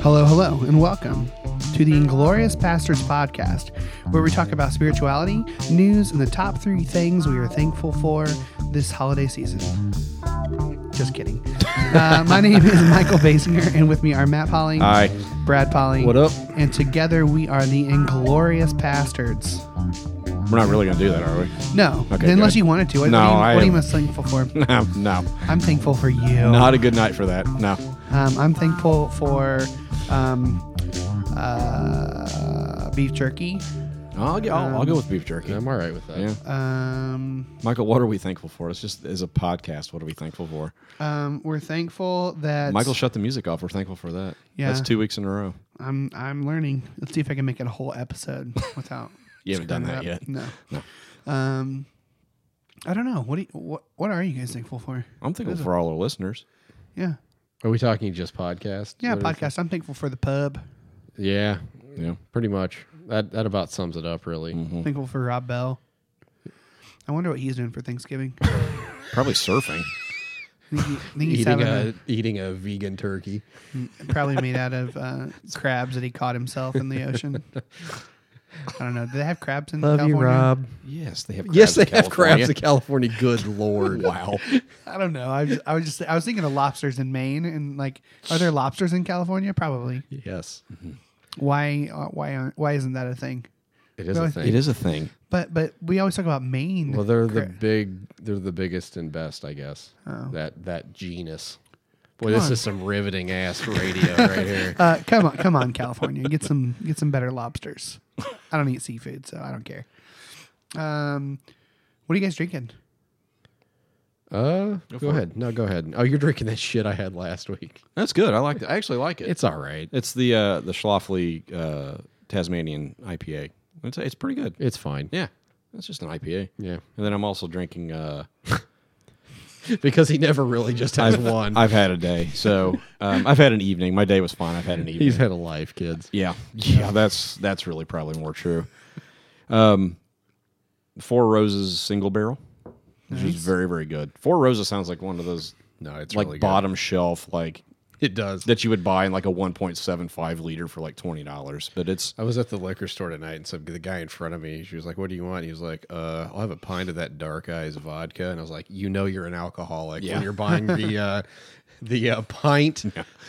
Hello, hello, and welcome to the Inglorious Pastors Podcast, where we talk about spirituality, news, and the top three things we are thankful for this holiday season. Just kidding. Uh, my name is Michael Basinger, and with me are Matt Polling, Hi. Brad Polling. What up? And together we are the Inglorious Bastards. We're not really gonna do that, are we? No, Okay, unless good. you wanted to. What, No, what, are, you, I what are you am- most thankful for? No, no. I'm thankful for you. Not a good night for that. No. Um, I'm thankful for um, uh, beef jerky. I'll go. I'll, I'll go with beef jerky. I'm all right with that. Yeah. Um, Michael, what are we thankful for? It's just as a podcast. What are we thankful for? um, we're thankful that Michael shut the music off. We're thankful for that. Yeah. That's two weeks in a row. I'm I'm learning. Let's see if I can make it a whole episode without. You haven't done screwing that it up. yet. No. Um, I don't know. What do you, what what are you guys thankful for? I'm thankful for all our listeners. Yeah, Are we talking just podcast? yeah. What is- Podcast. I'm thankful for the pub. Yeah, Yeah. pretty much. That that about sums it up, really. Mm-hmm. Hmm. Thankful for Rob Bell. I wonder what he's doing for Thanksgiving. Probably surfing. I think he- I think he's Eating having uh, a eating a vegan turkey. probably made out of uh, crabs that he caught himself in the ocean. I don't know. Do they have crabs in California? Yes, they have. crabs yes, they in have crabs California. in California. Good lord! Wow. I don't know. I was, I was just I was thinking of lobsters in Maine and like, are there lobsters in California? Probably. Yes, Why uh, why aren't, why isn't that a thing? it is Really? a thing. it is a thing. But but we always talk about Maine. Well, they're the Cra- big. They're the biggest and best, I guess. That that genus. Boy, this on. is some riveting ass radio right here. uh, come on come on California get some get some better lobsters. I don't eat seafood, so I don't care. Um, what are you guys drinking? Uh, go, for it. ahead. No, go ahead. Oh, you're drinking that shit I had last week. That's good. I like. It. I actually like it. It's all right. it's the uh, the Schlafly uh, Tasmanian IPA. It's it's pretty good. It's fine. Yeah, that's just an IPA. Yeah. And then I'm also drinking. Uh, because he never really just has one. I've had a day, so um, I've had an evening. My day was fine. I've had an evening. He's had a life, kids. yeah, yeah. That's that's really probably more true. Um, Four Roses single barrel, which is very very good. Four Roses sounds like one of those No, it's like bottom shelf like It does. that you would buy in like a 1.75 liter for like twenty dollars, but it's I was at the liquor store tonight, and some the guy in front of me, she was like, "What do you want?" He was like, "Uh, I'll have a pint of that Dark Eyes vodka." And I was like, "You know, you're an alcoholic Yeah. when you're buying the uh, the uh, pint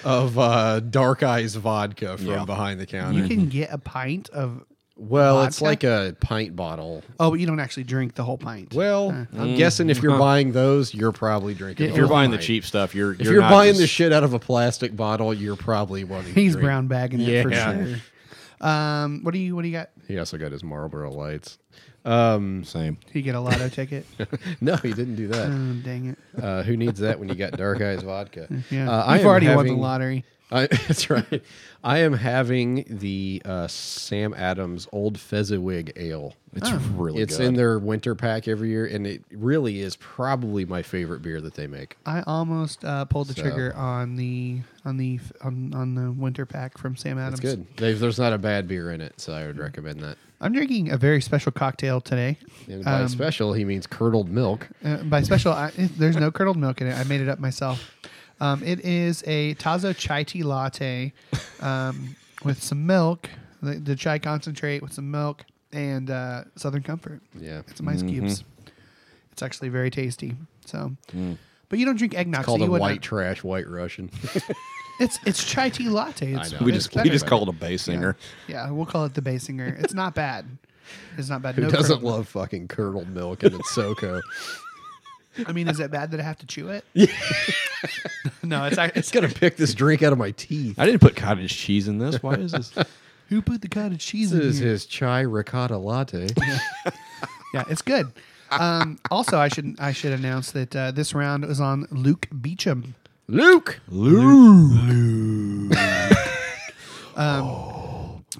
of uh, Dark Eyes vodka from Yeah. behind the counter." You can get a pint of well, it's Vodka? like a pint bottle. oh, but you don't actually drink the whole pint. Well, I'm guessing if you're buying those, you're probably drinking. If if you're whole buying the pint. cheap stuff, you're Oh if you're, buying the just- shit out of a plastic bottle, you're probably one. to He's drink. brown bagging it for Yeah. sure. Um, what do you what do you got? He also got his Marlboro lights. same. Do you get a lotto ticket? No, he didn't do that. Oh, dang it! Uh, who needs that when you got dark eyes vodka? Yeah, uh, I you've am already won having- the lottery. I, that's right. I am having the uh, Sam Adams Old Fezziwig Ale. It's really It's good. in their winter pack every year, and it really is probably my favorite beer that they make. I almost uh, pulled the So- trigger on the on the on, on the winter pack from Sam Adams. It's good. They've, there's not a bad beer in it, so I would recommend that. I'm drinking a very special cocktail today. And by Um, special, he means curdled milk. Uh, by special, I, there's no curdled milk in it. I made it up myself. Um, it is a Tazo chai tea latte um, with some milk, the, the chai concentrate with some milk, and uh, Southern Comfort. Yeah, Mm-hmm. and some ice cubes. It's actually very tasty. So, but you don't drink eggnog. Mm. called so a you would white not- trash white Russian. It's it's chai tea latte. It's, know. we it's just better. we just call it a bass singer. Yeah, we'll call it the Basinger. It's not bad. It's not bad. Who no doesn't curdled- love fucking curdled milk and it's SoCo? I mean, is it bad that I have to chew it? Yeah. no, it's, ac- it's It's gonna pick this drink out of my teeth. I didn't put cottage cheese in this. Why is this? who put the cottage cheese This in is here? his chai ricotta latte. Yeah, it's good. Um, also, I should I should announce that uh, this round was on Luke Beecham. Luke,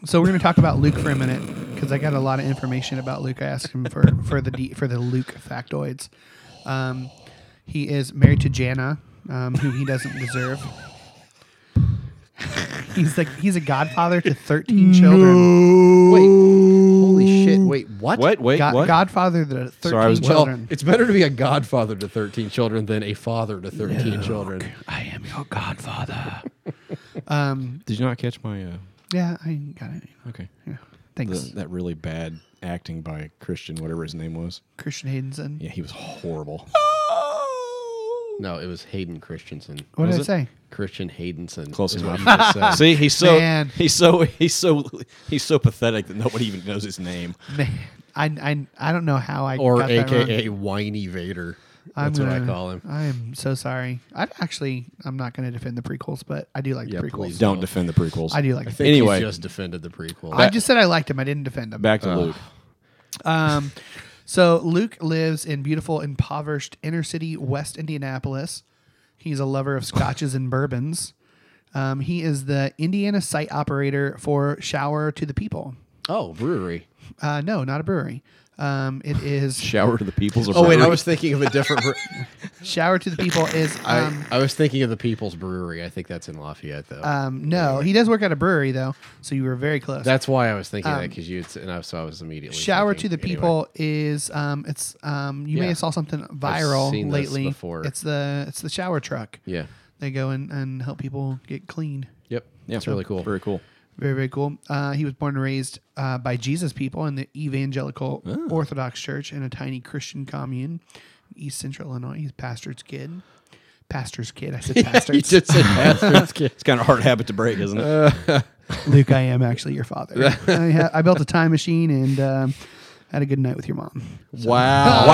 So we're going to talk about Luke for a minute because I got a lot of information about Luke. I asked him for for the de- for the Luke factoids. Um, he is married to Jana, um, who he doesn't deserve. he's like he's a godfather to thirteen children. wait, holy shit, wait, what? What? Wait, God, what? Godfather to thirteen Sorry, I was- Well, children. it's better to be a godfather to thirteen children than a father to thirteen children. I am your godfather. Um, Did you not catch my? Uh, yeah, I got it. okay. Yeah. The- Thanks, that really bad acting by Christian, whatever his name was. Christian Haydenson. Yeah, he was horrible. No, it was Hayden Christensen. What did I Was say? Christian Haydenson. Close is enough. what you just said. See, he's so Man. he's so he's so he's so pathetic that nobody even knows his name. Man, I, I, I don't know how I or got that wrong. AKA Whiny Vader. I'm That's what I gonna- call him. I am so sorry. I actually I'm not going to defend the prequels, but I do like Yeah, the prequels. please. Don't defend the prequels. I do like. I the think Anyway. he just defended the prequel. I just said I liked him. I didn't defend him. Back to Luke. Um, so Luke lives in beautiful, impoverished inner city West Indianapolis. He's a lover of scotches and bourbons. Um, he is the Indiana site operator for Shower to the People. oh, brewery. Uh, no, not a brewery. Um, it is Shower to the peoples. Oh wait, I was thinking of a different. Bre- Shower to the People is um, I, I was thinking of the People's Brewery. I think that's in Lafayette though. um, no, he does work at a brewery though. So you were very close. that's why I was thinking that because you and I, so I was immediately um, Shower to thinking- the anyway. people is um it's um you may Yeah. have saw something viral seen this lately. before. It's the it's the shower truck. Yeah. They go in and help people get clean. Yep. Yeah, It's really cool. Very cool. Very very cool. Uh, he was born and raised uh, by Jesus people in the evangelical Oh. Orthodox Church in a tiny Christian commune, in East Central Illinois. He's pastor's kid. Pastor's kid. I said He pastor's. did say bastards. It's kind of a hard habit to break, isn't it? Luke, I am actually your father. I, ha- I built a time machine and um, had a good night with your mom. wow.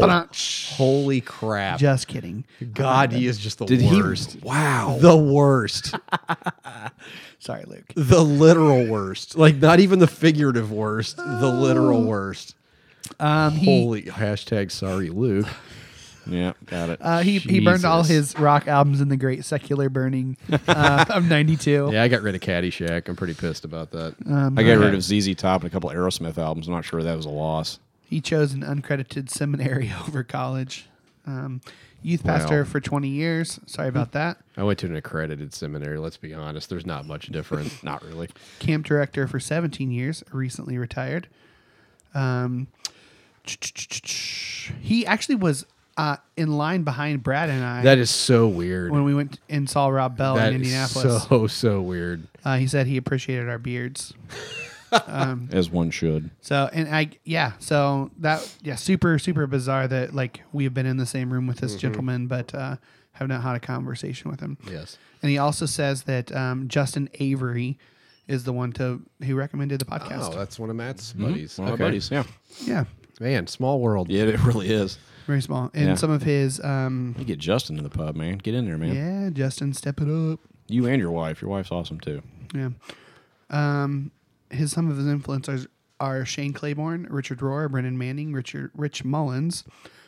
wow. Holy crap. Just kidding. God, he is just the Did worst. he? Wow. The worst. Sorry, Luke. the literal worst. Like not even the figurative worst. The literal worst. Um, he, Holy hashtag sorry Luke. yeah, got it. Uh, he, he burned all Jesus. his rock albums in the Great Secular Burning uh, of '92. Yeah, I got rid of Caddyshack. I'm pretty pissed about that. I got rid of ZZ Top and a couple Aerosmith albums. I'm not sure that was a loss. He chose an uncredited seminary over college. Um, youth pastor Wow. Hmm. for 20 years. Sorry about that. I went to an accredited seminary. Let's be honest. There's not much difference. Not really. Camp director for 17 years. Recently retired. Um, he actually was uh, in line behind Brad and I that is so weird. when we went and saw Rob Bell That in is Indianapolis. so so weird. uh, he said he appreciated our beards. As one should. So and I yeah, so that yeah, super super bizarre that like we have been in the same room with this gentleman, but uh, have not had a conversation with him. Yes. And he also says that um, Justin Avery is the one to who recommended the podcast. Oh, that's one of Matt's buddies. One of Okay. my buddies. Yeah. yeah, Man, small world. Yeah, it really is. very small. And Yeah. some of his um, You get Justin in the pub, man. Get in there, man. yeah, Justin, step it up. You and your wife. Your wife's awesome too. Yeah. Um, his some of his influencers are Shane Claiborne, Richard Rohr, Brennan Manning, Richard Rich Mullins,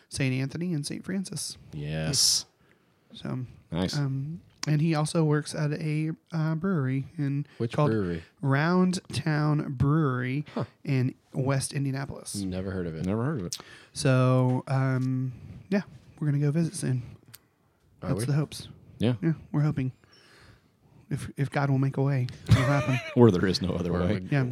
Saint Anthony, and Saint Francis. Yes. So Nice. Um, and he also works at a uh, brewery in Which called brewery? Round Town Brewery in West Indianapolis. Never heard of it. Never heard of it. So um, yeah, we're gonna go visit soon. Are That's we? the hopes. Yeah. Yeah, we're hoping. If if God will make a way, it'll happen. Or there is no other Or way. we- Yeah.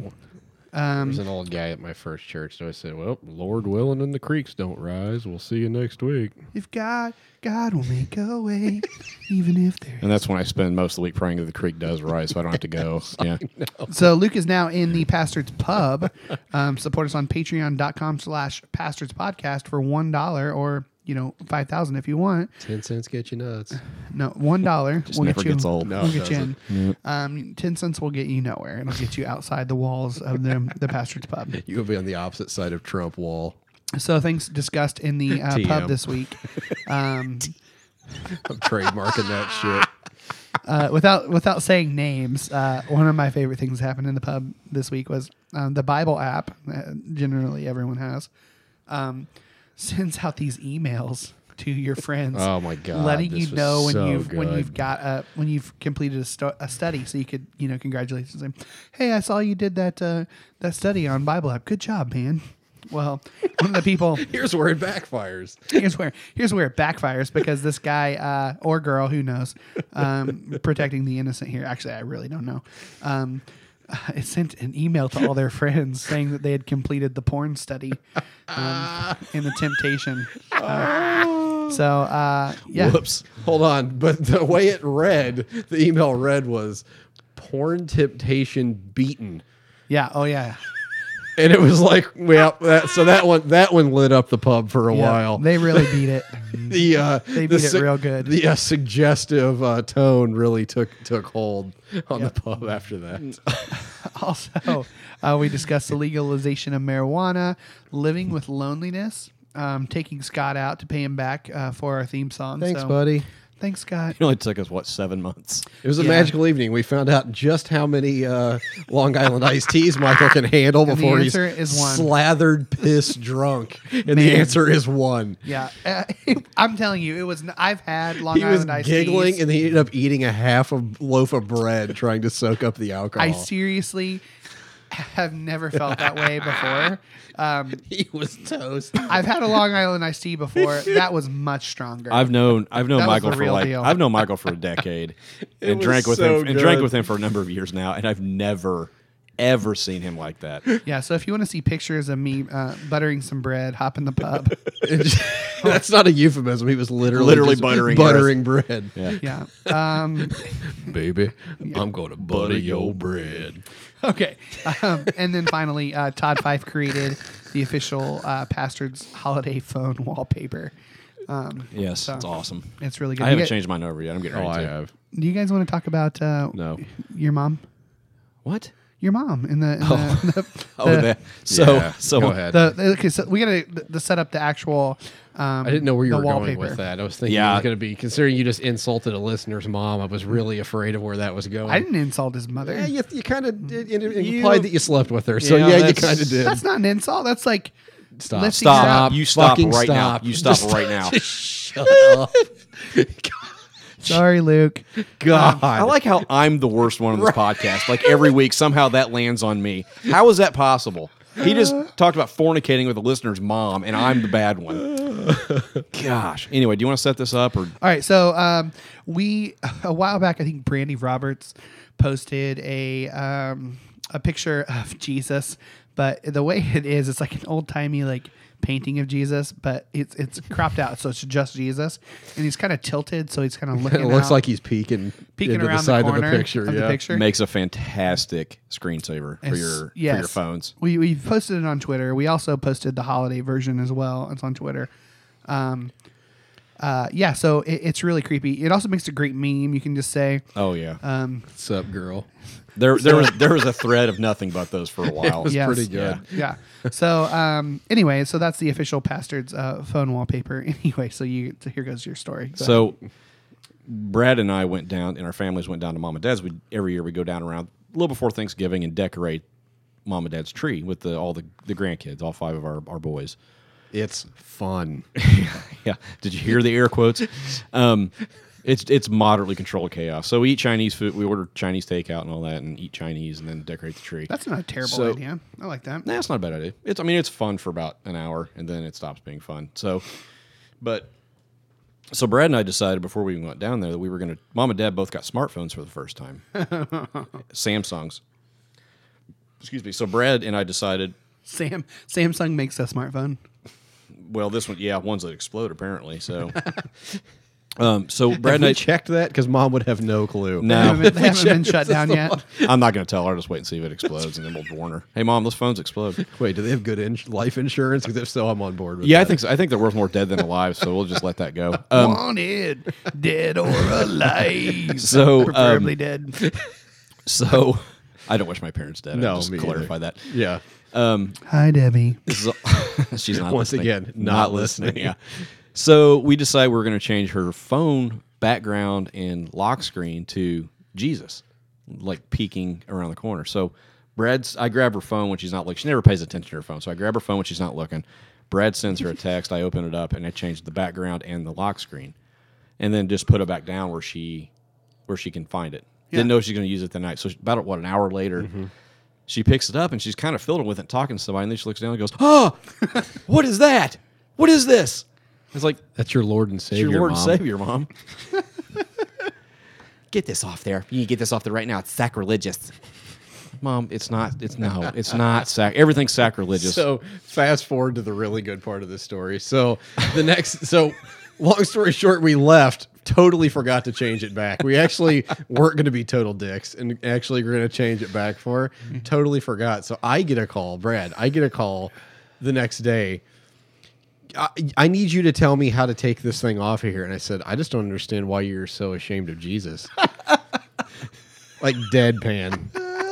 There's an old guy at my first church that always said, Well, Lord willing and the creeks don't rise. We'll see you next week. If God God will make a way, even if there. And that's when I spend most of the week praying that the creek does rise, so I don't have to go. Yeah. So Luke is now in the Pastors Pub. Um, support us on patreon.com slash Pastors Podcast for $1 or, you know, 5000 if you want. Ten cents get you nuts. No, $1. Just never gets old. No, we'll it get you in. Um, 10 cents will get you nowhere. It'll get you outside the walls of the, the Pastors Pub. You'll be on the opposite side of Trump wall. So things discussed in the uh, pub TM. this week. Um, I'm trademarking that shit. uh, without without saying names, uh, one of my favorite things that happened in the pub this week was um, the Bible app. Uh, generally, everyone has um, sends out these emails to your friends. Oh my God, Letting this you was know when so you've when good. you've got a when you've completed a, stu- a study, so you could you know congratulations. And, hey, I saw you did that uh, that study on Bible app. Good job, man. Well, one of the people Here's where it backfires. here's where here's where it backfires because this guy uh, or girl who knows um, protecting the innocent here actually i really don't know um, it sent an email to all their friends saying that they had completed the porn study um, in the temptation uh, So uh, yeah, Whoops. Hold on. But the way it read, the email read was porn temptation beaten. yeah, oh yeah. And it was like, yeah, that, so that one that one lit up the pub for a Yeah, while. they really beat it. the uh, they beat it real good. The uh, suggestive uh, tone really took took hold on the pub after that. Also, uh, we discussed the legalization of marijuana, living with loneliness, um, taking Scott out to pay him back uh, for our theme song. so- Thanks, Scott. It only took us what seven months. It was a Yeah. magical evening. We found out just how many uh, Long Island iced teas Michael can handle the before he's answer is one. slathered, piss drunk, and the Man. answer is one. Yeah, uh, I'm telling you, it was. n- I've had Long He was Island iced giggling, teas. and he ended up eating a half a loaf of bread trying to soak up the alcohol. I seriously have never felt that way before. Um, He was toast. I've had a Long Island iced tea before. That was much stronger. I've known I've known That was Michael the for real like deal. I've known Michael for a decade and was drank with so him and drank good. with him for a number of years now, and I've never ever seen him like that. yeah. So if you want to see pictures of me uh, buttering some bread, hop in the pub. That's not a euphemism. He was literally Literally just buttering buttering bread. yeah. Um, Baby, I'm going to butter your bread. okay. Um, and then finally, uh, Todd Fife created the official uh, Pastor's holiday phone wallpaper. Yes, it's awesome. It's really good. Oh, I haven't you guys, changed mine over yet. I'm getting ready to. Oh, have. Do you guys want to talk about uh, No. your mom? What? Your mom in the in the, the, Oh, that. So yeah, so go ahead. the, the- okay. So we gotta th- the set up the actual. Um, I didn't know where you the were wallpaper. going with that. I was thinking Yeah. it was going to be considering you just insulted a listener's mom. I was really afraid of where that was going. I didn't insult his mother. Yeah, you, you kind of You- implied that you slept with her. So Yeah, yeah, you that's- kind of did. That's not an insult. That's like Stop. let's see- Stop! You stop Fucking right stop. now! You stop Just- right now! Shut up. Sorry, Luke. God. I like how I'm the worst one on this podcast. Like every week, somehow that lands on me. How is that possible? He just talked about fornicating with a listener's mom, and I'm the bad one. Gosh. Anyway, do you want to set this up or All right, so um, we a while back, I think Brandy Roberts posted a um, a picture of Jesus, but the way it is, it's like an old timey like painting of Jesus, but it's it's cropped out, so it's just Jesus, and he's kind of tilted, so he's kind of looking. It looks out, like he's peeking, peeking into around the side the corner of the picture. yeah. makes a fantastic screensaver for It's- your for your yes. phones? We we posted it on Twitter. We also posted the holiday version as well. It's on Twitter. Um, uh, yeah, so it, it's really creepy. It also makes a great meme. You can just say, Uh, Oh yeah. um, What's up, girl? there there was there was a thread of nothing but those for a while. was Yes. pretty good. yeah. So um, anyway, so that's the official Pastards uh, phone wallpaper. Anyway, so you so here goes your story. Go ahead. So Brad and I went down, and our families went down to Mom and Dad's. We every year we go down around a little before Thanksgiving and decorate Mom and Dad's tree with the, all the the grandkids, all five of our our boys. It's fun. yeah. Did you hear the air quotes? Um, it's it's moderately controlled chaos. So we eat Chinese food. We order Chinese takeout and all that, and eat Chinese, and then decorate the tree. that's not a terrible so- idea. I like that. Nah, it's not a bad idea. It's I mean it's fun for about an hour and then it stops being fun. So but so Brad and I decided before we even went down there that we were gonna mom and dad both got smartphones for the first time. Samsungs. Excuse me. So Brad and I decided Sam Samsung makes a smartphone. well this one yeah, one's that explode apparently. So um so Brad Brad, and I I checked that because mom would have no clue. They no, haven't, they haven't been shut down yet. I'm not gonna tell her. I'll just wait and see if it explodes and then we'll warn her. Hey mom, those phones explode. Wait, do they have good in- life insurance? Because if so, I'm on board with Yeah, I that. think so. I think they're worth more dead than alive, so we'll just let that go. Um, Wanted, dead or alive. So, um, preferably dead. So I don't wish my parents dead. No, I'll just me clarify that. Yeah. Hi, Debbie. This is- she's not Once listening. again, not listening. Yeah. So we decide we're going to change her phone background and lock screen to Jesus, like peeking around the corner. So Brad's. I grab her phone when she's not looking. She never pays attention to her phone, so I grab her phone when she's not looking. Brad sends her a text. I open it up and I change the background and the lock screen, and then just put it back down where she where she can find it. Didn't know she's going to use it the night. So about what an hour later. Mm-hmm. She picks it up and she's kind of filled with it, talking to somebody, and then she looks down and goes, "Oh, what is that? What is this?" It's like That's your Lord and it's Savior. your Lord Mom. and Savior, Mom. get this off there. You can get this off there right now. It's sacrilegious, Mom. It's not. It's no. It's not sac. Everything's sacrilegious. So fast forward to the really good part of the story. So the next, so long story short, we left. Totally forgot to change it back. We actually weren't going to be total dicks, and actually we're going to change it back for. her. Totally forgot. So I get a call, Brad. I get a call the next day. I, I need you to tell me how to take this thing off of here. And I said, I just don't understand why you're so ashamed of Jesus. like deadpan.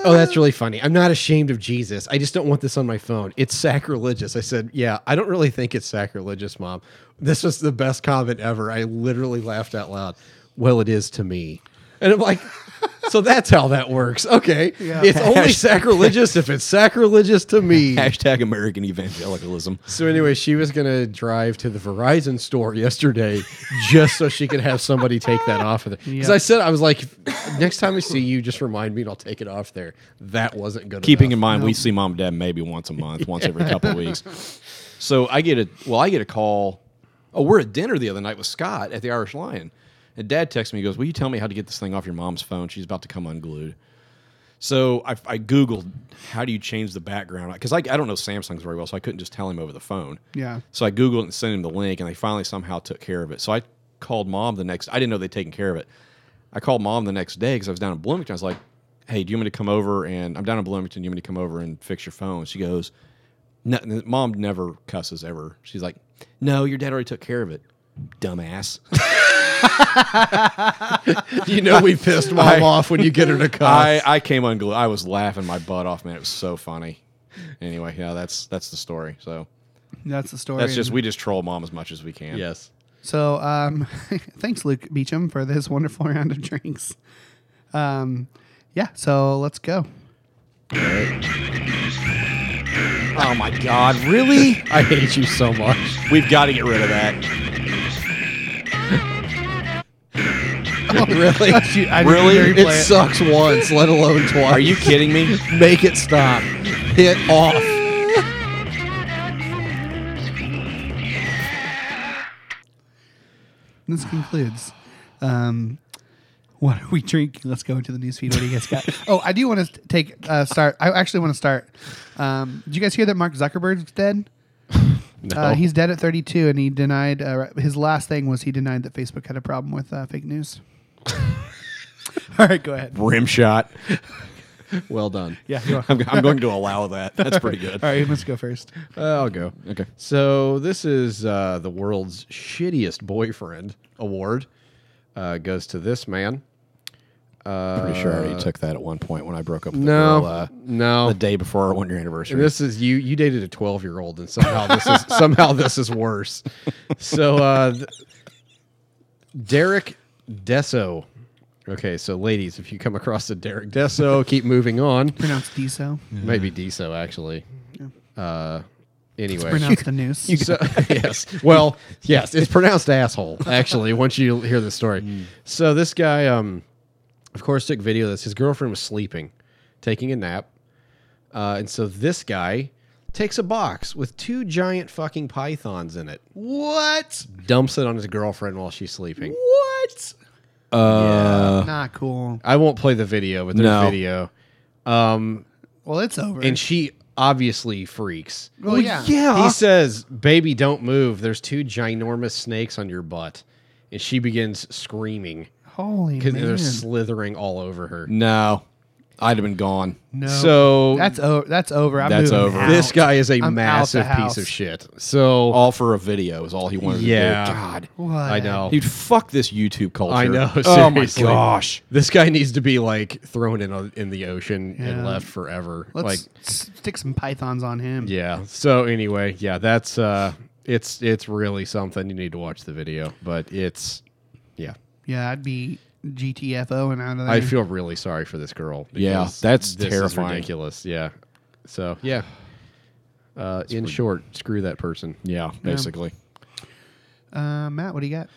Oh, that's really funny. I'm not ashamed of Jesus. I just don't want this on my phone. It's sacrilegious. I said, Yeah, I don't really think it's sacrilegious, mom. This was the best comment ever. I literally laughed out loud. Well, it is to me. And I'm like, So that's how that works. Okay. It's only sacrilegious if it's sacrilegious to me. Hashtag American evangelicalism. So anyway, she was gonna drive to the Verizon store yesterday just so she could have somebody take that off of there. Because I said I was like, next time I see you, just remind me and I'll take it off there. That wasn't good. Keeping in enough. mind, we see mom and dad maybe once a month, once every couple of weeks. So I get a well, I get a call. Oh, we're at dinner the other night with Scott at the Irish Lion, and Dad texts me. He goes, "Will you tell me how to get this thing off your mom's phone? She's about to come unglued." So I, I googled how do you change the background because I, I don't know Samsung's very well, so I couldn't just tell him over the phone. Yeah. So I googled it and sent him the link, and they finally somehow took care of it. So I called mom the next. I didn't know they'd taken care of it. I called mom the next day because I was down in Bloomington. I was like, "Hey, do you want me to come over?" And I'm down in Bloomington. Do you want me to come over and fix your phone? She goes, no, "Mom never cusses ever." She's like, "No, your dad already took care of it, dumbass." you know we pissed mom I- off when you get her to cuss. I I came unglued. I was laughing my butt off, man. It was so funny. Anyway, yeah, that's that's the story. So That's the story. that's just And we just troll mom as much as we can. yes. So, um, thanks, Luke Beecham, for this wonderful round of drinks. Um, yeah. So let's go. Oh my God, really? I hate you so much. We've got to get rid of that. really? Shoot, I didn't Really? hear you It play sucks once, let alone twice. Are you kidding me? Make it stop. Hit off. This concludes. Um, what are we drinking? Let's go into the newsfeed. What do you guys got? oh, I do want to take uh, start. I actually want to start. Um, did you guys hear that Mark Zuckerberg's dead? No. Uh, he's dead at 32, and he denied uh, his last thing was he denied that Facebook had a problem with uh, fake news. All right, go ahead. Rim shot. well done. Yeah, you are. I'm, I'm going to allow that. That's pretty good. All right, let's go first. Uh, I'll go. Okay. So this is uh, the world's shittiest boyfriend award. Uh, goes to this man. pretty sure I already took that at one point when I broke up with No, the girl uh, no. the day before our one year anniversary. this is you. You dated a twelve-year-old, and somehow this is somehow this is worse. So uh, th- Derek Deso. Okay, so ladies, if you come across a Derek Deso, keep moving on. Pronounce DSO. Maybe Deso actually. Uh, anyway, Pronounce the noose. So, yes. Well, yes, it's pronounced asshole, actually, once you hear the story. So this guy, um, of course, took video of this. His girlfriend was sleeping, taking a nap. Uh, and so this guy takes a box with two giant fucking pythons in it, what? dumps it on his girlfriend while she's sleeping. What? uh, Not cool. I won't play the video, but there's No. video. Um, Well, it's over. and Oh, she obviously freaks. well, Oh, yeah. He says, "Baby, don't move. There's two ginormous snakes on your butt," and she begins screaming Holy because they're man. slithering all over her. no, I'd have been gone. No. So that's over. That's over. I'm That's moving over. out. this guy is a I'm out the massive piece house. of shit. So All for a video is all he wanted Yeah. to do. God. What? I know. Dude, fuck this YouTube culture. I know. Oh my seriously. gosh. this guy needs to be like thrown in a, in the ocean and Yeah. left forever. Let's like, s- stick some pythons on him. yeah. So anyway, yeah, that's uh, it's it's really something. You need to watch the video, but it's yeah. Yeah, I'd be GTFO and out of there. I feel really sorry for this girl. Yeah, because that's this is terrifying. ridiculous. Yeah. So yeah. Uh, in short, screw that person. Yeah, basically. uh, Matt, what do you got?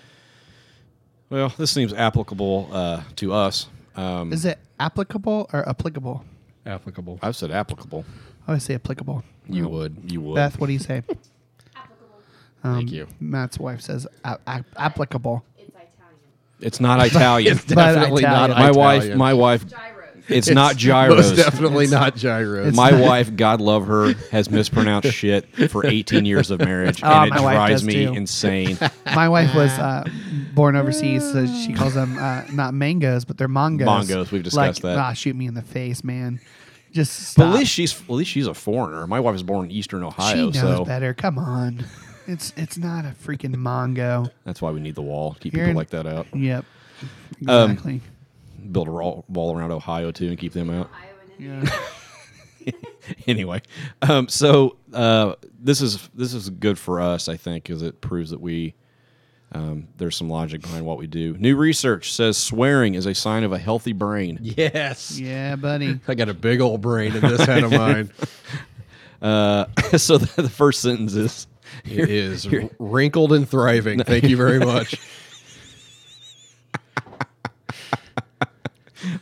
Well, this seems applicable uh, to us. Um, Is it applicable or applicable? Applicable. I've said applicable. I always say applicable. You would. You would. Beth, what do you say? Um, Applicable. Thank you. Matt's wife says a- a- applicable. It's Italian. It's not Italian. But Definitely Italian. not. my wife. Italian. My wife Gyros. It's, not Most gyros. definitely not gyros. My wife, God love her, has mispronounced shit for 18 years of marriage, Oh, and it my wife drives does me too. insane. My wife was uh, born overseas, so she calls them uh, not mangoes, but they're mongos. Mongos, we've discussed like, that. Ah, shoot me in the face, man. Just But at stop. least she's at least she's a foreigner. My wife was born in Eastern she Ohio, knows so better. Come on, it's it's not a freaking mongo. that's why we need the wall. Keep You're people in- like that out. Yep, exactly. Build a wall, wall around Ohio too, and keep them out. yeah. anyway, um, so uh, this is this is good for us, I think, because it proves that we um, there's some logic behind what we do. New research says swearing is a sign of a healthy brain. yes. yeah, buddy. I got a big old brain in this head of mine. Uh, so the, the first sentence is It is wrinkled and thriving. Thank you very much.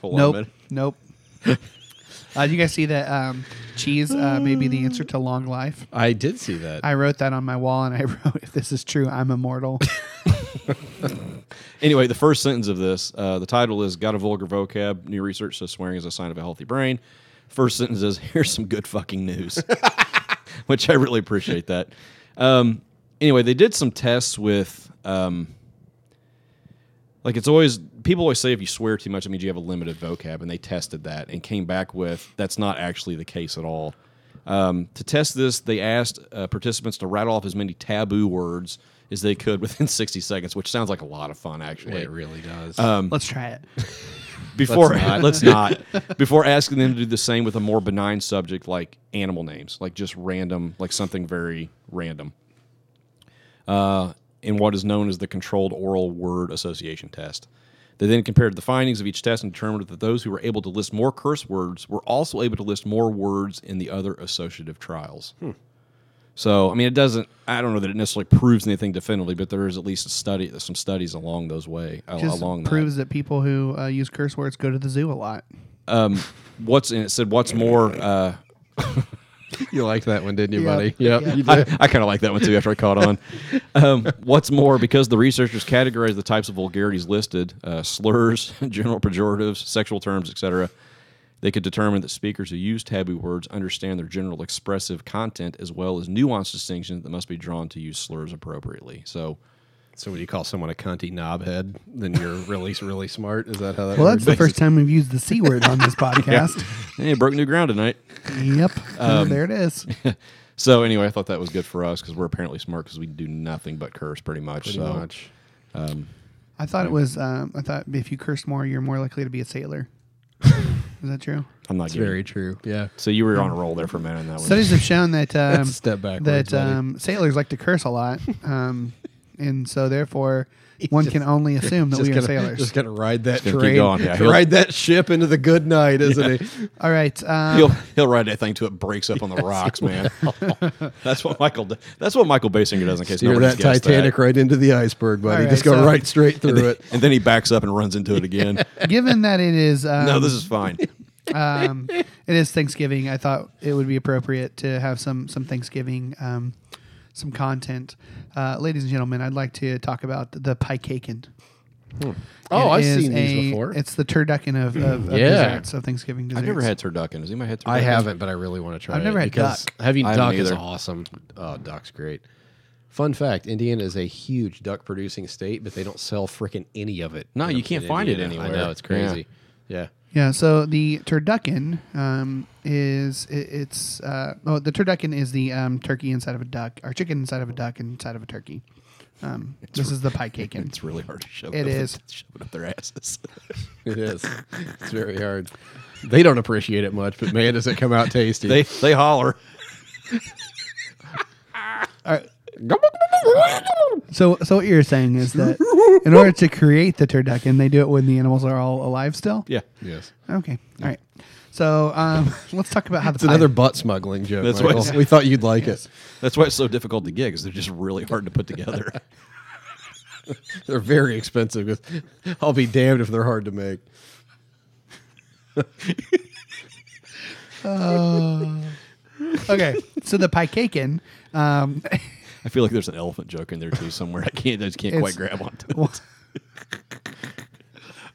hold on a Nope, minute. nope. uh, do you guys see that um, cheese uh, may be the answer to long life? I did see that. I wrote that on my wall, and I wrote, "If this is true, I'm immortal." Anyway, the first sentence of this, uh, the title is "Got a Vulgar Vocab." New research says swearing is a sign of a healthy brain. First sentence is "Here's some good fucking news," which I really appreciate that. Um, anyway, they did some tests with, um, like it's always people always say if you swear too much, it means you have a limited vocab, and they tested that and came back with that's not actually the case at all. Um, to test this, they asked uh, participants to rattle off as many taboo words as they could within 60 seconds, which sounds like a lot of fun, actually It really does. Let's try it. before Let's not. let's not, before asking them to do the same with a more benign subject like animal names like just random like something very random uh, in what is known as the controlled oral word association test they then compared the findings of each test and determined that those who were able to list more curse words were also able to list more words in the other associative trials so i mean it doesn't i don't know that it necessarily proves anything definitively but there is at least a study some studies along those way Just along that. proves that. people who uh, use curse words go to the zoo a lot. what's and it said what's more uh you liked that one, didn't you, Yep. buddy? Yep. You I, did. I kind of like that one too after I caught on. Um, what's more, because the researchers categorized the types of vulgarities listed uh, slurs, general pejoratives, sexual terms, etc. They could determine that speakers who use taboo words understand their general expressive content as well as nuanced distinctions that must be drawn to use slurs appropriately. So, So when you call someone a cunty knobhead, then you're really, really smart. Is that how that Well, works? that's the first time we've used the C word on this podcast. hey, it broke new ground tonight. Yep. there it is. So, anyway, I thought that was good for us because we're apparently smart because we do nothing but curse pretty much. so, um, Pretty much. I thought it was, um, I thought if you curse more, you're more likely to be a sailor. is that true? I'm not It's giving- very true. Yeah. So you were on a roll there for a minute on that one. Studies have shown that um, That's a step backwards, that buddy. um, sailors like to curse a lot. Um, and so, therefore, one can only assume that we are gonna, sailors. just gonna ride that gonna keep train, going, yeah. He'll- ride that ship into the good night, isn't he? All right. Um, he'll he'll ride that thing till it breaks up on the rocks, man. that's what Michael. d- That's what Michael Basinger does in case Steer nobody's that guessed Titanic that. right into the iceberg, buddy. All just right, go so- right straight through it. And then he backs up and runs into it again. given that it is. Um, no, this is fine. um, it is Thanksgiving. I thought it would be appropriate to have some some Thanksgiving um, some content, uh, ladies and gentlemen. I'd like to talk about the piecaken. Oh, It I've is seen these a- before. It's the turducken of, of, of Yeah. desserts of Thanksgiving desserts. I've never had turducken. Has anybody had turducken? I haven't, but I really want to try. I've never it had because duck. Having I haven't duck is either. awesome. Oh, duck's great. Fun fact: Indiana is a huge duck-producing state, but they don't sell frickin' any of it. No, in- you can't in find it Indiana. anywhere. I know it's crazy. Yeah, Yeah, so the turducken um, is it, it's uh, oh the turducken is the um, turkey inside of a duck or chicken inside of a duck inside of a turkey. Um, this is the piecaken. It's really hard to shove. It up is. shove it up their asses. it is. it's very hard. They don't appreciate it much, but man, does it come out tasty. they they holler. So, so what you're saying is that in order to create the turducken, they do it when the animals are all alive still. Yeah, yes. Okay. All right. So, um, let's talk about how the It's another butt smuggling joke. That's Michael. what- we thought you'd like it. that's why it's so difficult to get because they're just really hard to put together. They're very expensive. 'cause I'll be damned if they're hard to make. okay. So the piecaken, um, I feel like there's an elephant joke in there too somewhere. I can't. I just can't It's- quite grab onto. it.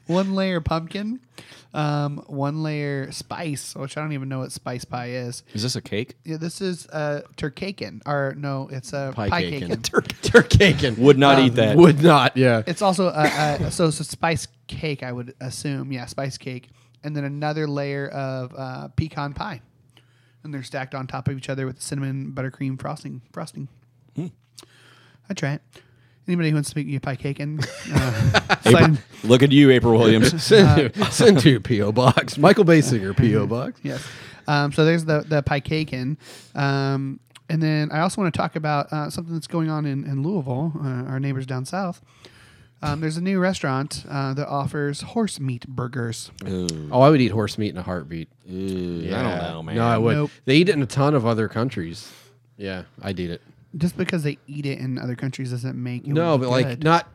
one layer pumpkin, um, one layer spice, which I don't even know what spice pie is. Is this a cake? Yeah, this is uh, turcaken, or no, it's a pie, Pie caken. caken. Turcaken. Um, Would not eat that. Would not. Yeah. It's also a, a, so it's a spice cake, I would assume. Yeah, spice cake, and then another layer of uh, pecan pie, and they're stacked on top of each other with cinnamon buttercream frosting. Frosting. Hmm. I try it. Anybody who wants to make me a pie cake and uh, slide, Look at you, April Williams. Send, send to your PO box. Michael Basinger PO box. yes. Um, so there's the the pie cake in. Um, and then I also want to talk about uh, something that's going on in, in Louisville, uh, our neighbors down south. Um, there's a new restaurant uh, that offers horse meat burgers. Oh, I would eat horse meat in a heartbeat. I don't know, man. No, I would. Nope. They eat it in a ton of other countries. Yeah, I'd eat it. Just because they eat it in other countries doesn't make it No, good. but like not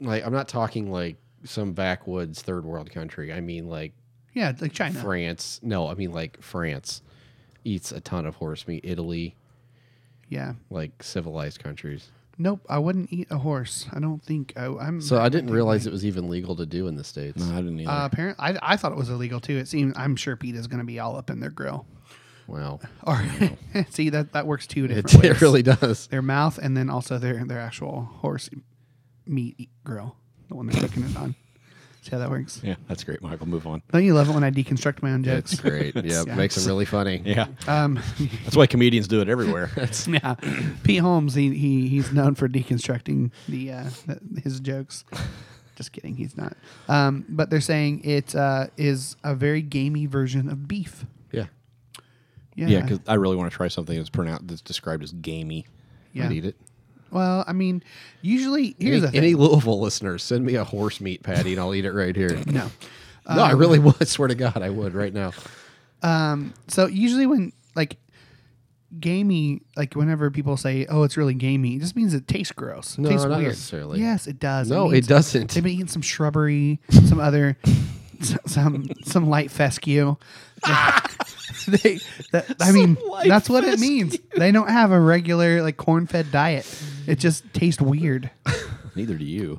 like I'm not talking like some backwoods third world country. I mean like yeah, like China. France. No, I mean like France eats a ton of horse meat. Italy, Yeah, like civilized countries. nope. I wouldn't eat a horse. I don't think I, I'm. So I didn't realize it was even legal to do in the states. No, I didn't either. uh, apparently, I, I thought it was illegal too. It seems I'm sure Pete is going to be all up in their grill. Wow, Or see that that works two different it, ways. it really does. their mouth and then also their their actual horse meat e- grill, the one they're cooking it on. See how that works? yeah, that's great, Michael. Move on. Don't you love it when I deconstruct my own jokes? It's great. Yeah, Yeah. makes it really funny. Yeah, Um, that's why comedians do it everywhere. yeah, Pete Holmes. He, he he's known for deconstructing the uh, the- his jokes. Just kidding, he's not. Um, but they're saying it uh, is a very gamey version of beef. Yeah, Yeah, yeah, because I really want to try something that's pronounced that's described as gamey. Yeah. I'd eat it. Well, I mean, usually here's the Any, thing. any Louisville listeners, send me a horse meat patty and I'll eat it right here. no. no, I really would. Swear to God, I would right now. Um, so usually when like gamey, like whenever people say, "Oh, it's really gamey," it just means it tastes gross. It No, tastes not weird. necessarily. Yes, it does. No, means it doesn't. They've been eating some shrubbery, some other, s- some some light fescue. they, that, I mean, that's what it means. They don't have a regular like corn-fed diet. It just tastes weird. Neither do you.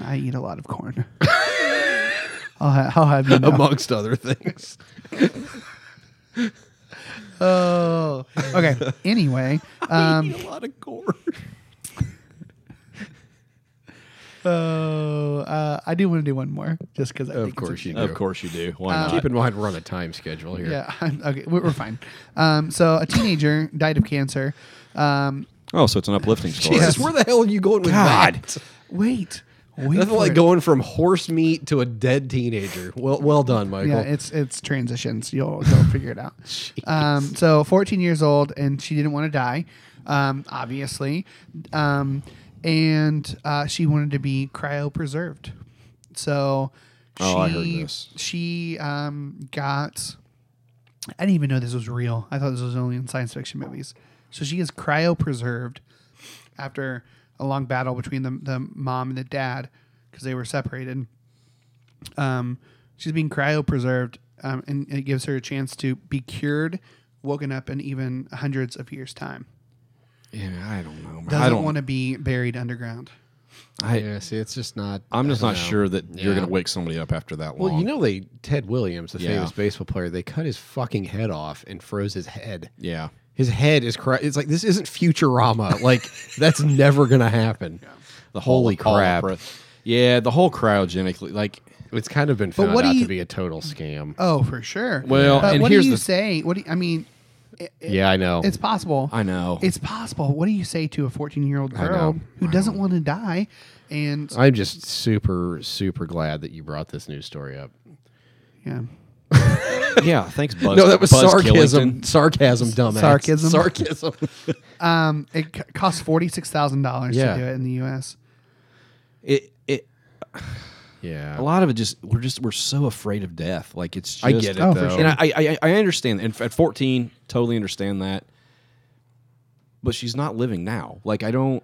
I eat a lot of corn. I'll, ha- I'll have you know. amongst other things. Oh, okay. Anyway, um, a lot of corn. Oh, uh, I do want to do one more, just because I Of think it's course you interesting. Of course you do. Why not? Keep in mind we're on a time schedule here. Yeah, I'm, okay, we're, we're fine. Um, so a teenager died of cancer. Um, Oh, so it's an uplifting story. Jesus, where the hell are you going with God. that? wait, wait, Nothing for like it. going from horse meat to a dead teenager. Well, well done, Michael. Yeah, it's it's transitions. You'll you'll figure it out. Um, so 14 years old, and she didn't want to die, um, obviously, um, and uh, she wanted to be cryopreserved. So Oh, I heard she this. she um, got. I didn't even know this was real. I thought this was only in science fiction movies. So she is cryopreserved after a long battle between the, the mom and the dad because they were separated um, she's being cryopreserved, um, and it gives her a chance to be cured, woken up in even hundreds of years' time. Yeah, I don't know. Man. I Doesn't don't. want to be buried underground. I, Yeah, see, it's just not. I'm just I not don't know. sure that you're Yeah. going to wake somebody up after that long. Well, you know, they Ted Williams, the Yeah. famous baseball player, they cut his fucking head off and froze his head. yeah. His head is cra- It's like this isn't Futurama. like that's never gonna happen. The Holy whole- all crap. the pro- yeah, the whole cryogenic, like, It's kind of been found what do out you- to be a total scam. Oh, for sure. Well, but and what here's do you the- say? What do you, I mean? it- it- yeah, I know. It's possible. I know. It's possible. What do you say to a 14 year old girl know. who doesn't want to die? And I'm just super, super glad that you brought this news story up. yeah, yeah. Thanks, Buzz. No, that was Buzz sarcasm. Killington. Sarcasm, dumbass. Sarcasm. Sarcasm. um, it c- costs forty six thousand dollars Yeah. to do it in the U.S. It, it, a yeah. lot of it just we're just we're so afraid of death. Like it's just, I get it, Oh, for though. sure. and I, I I I understand. And at 14, totally understand that. But she's not living now. Like I don't.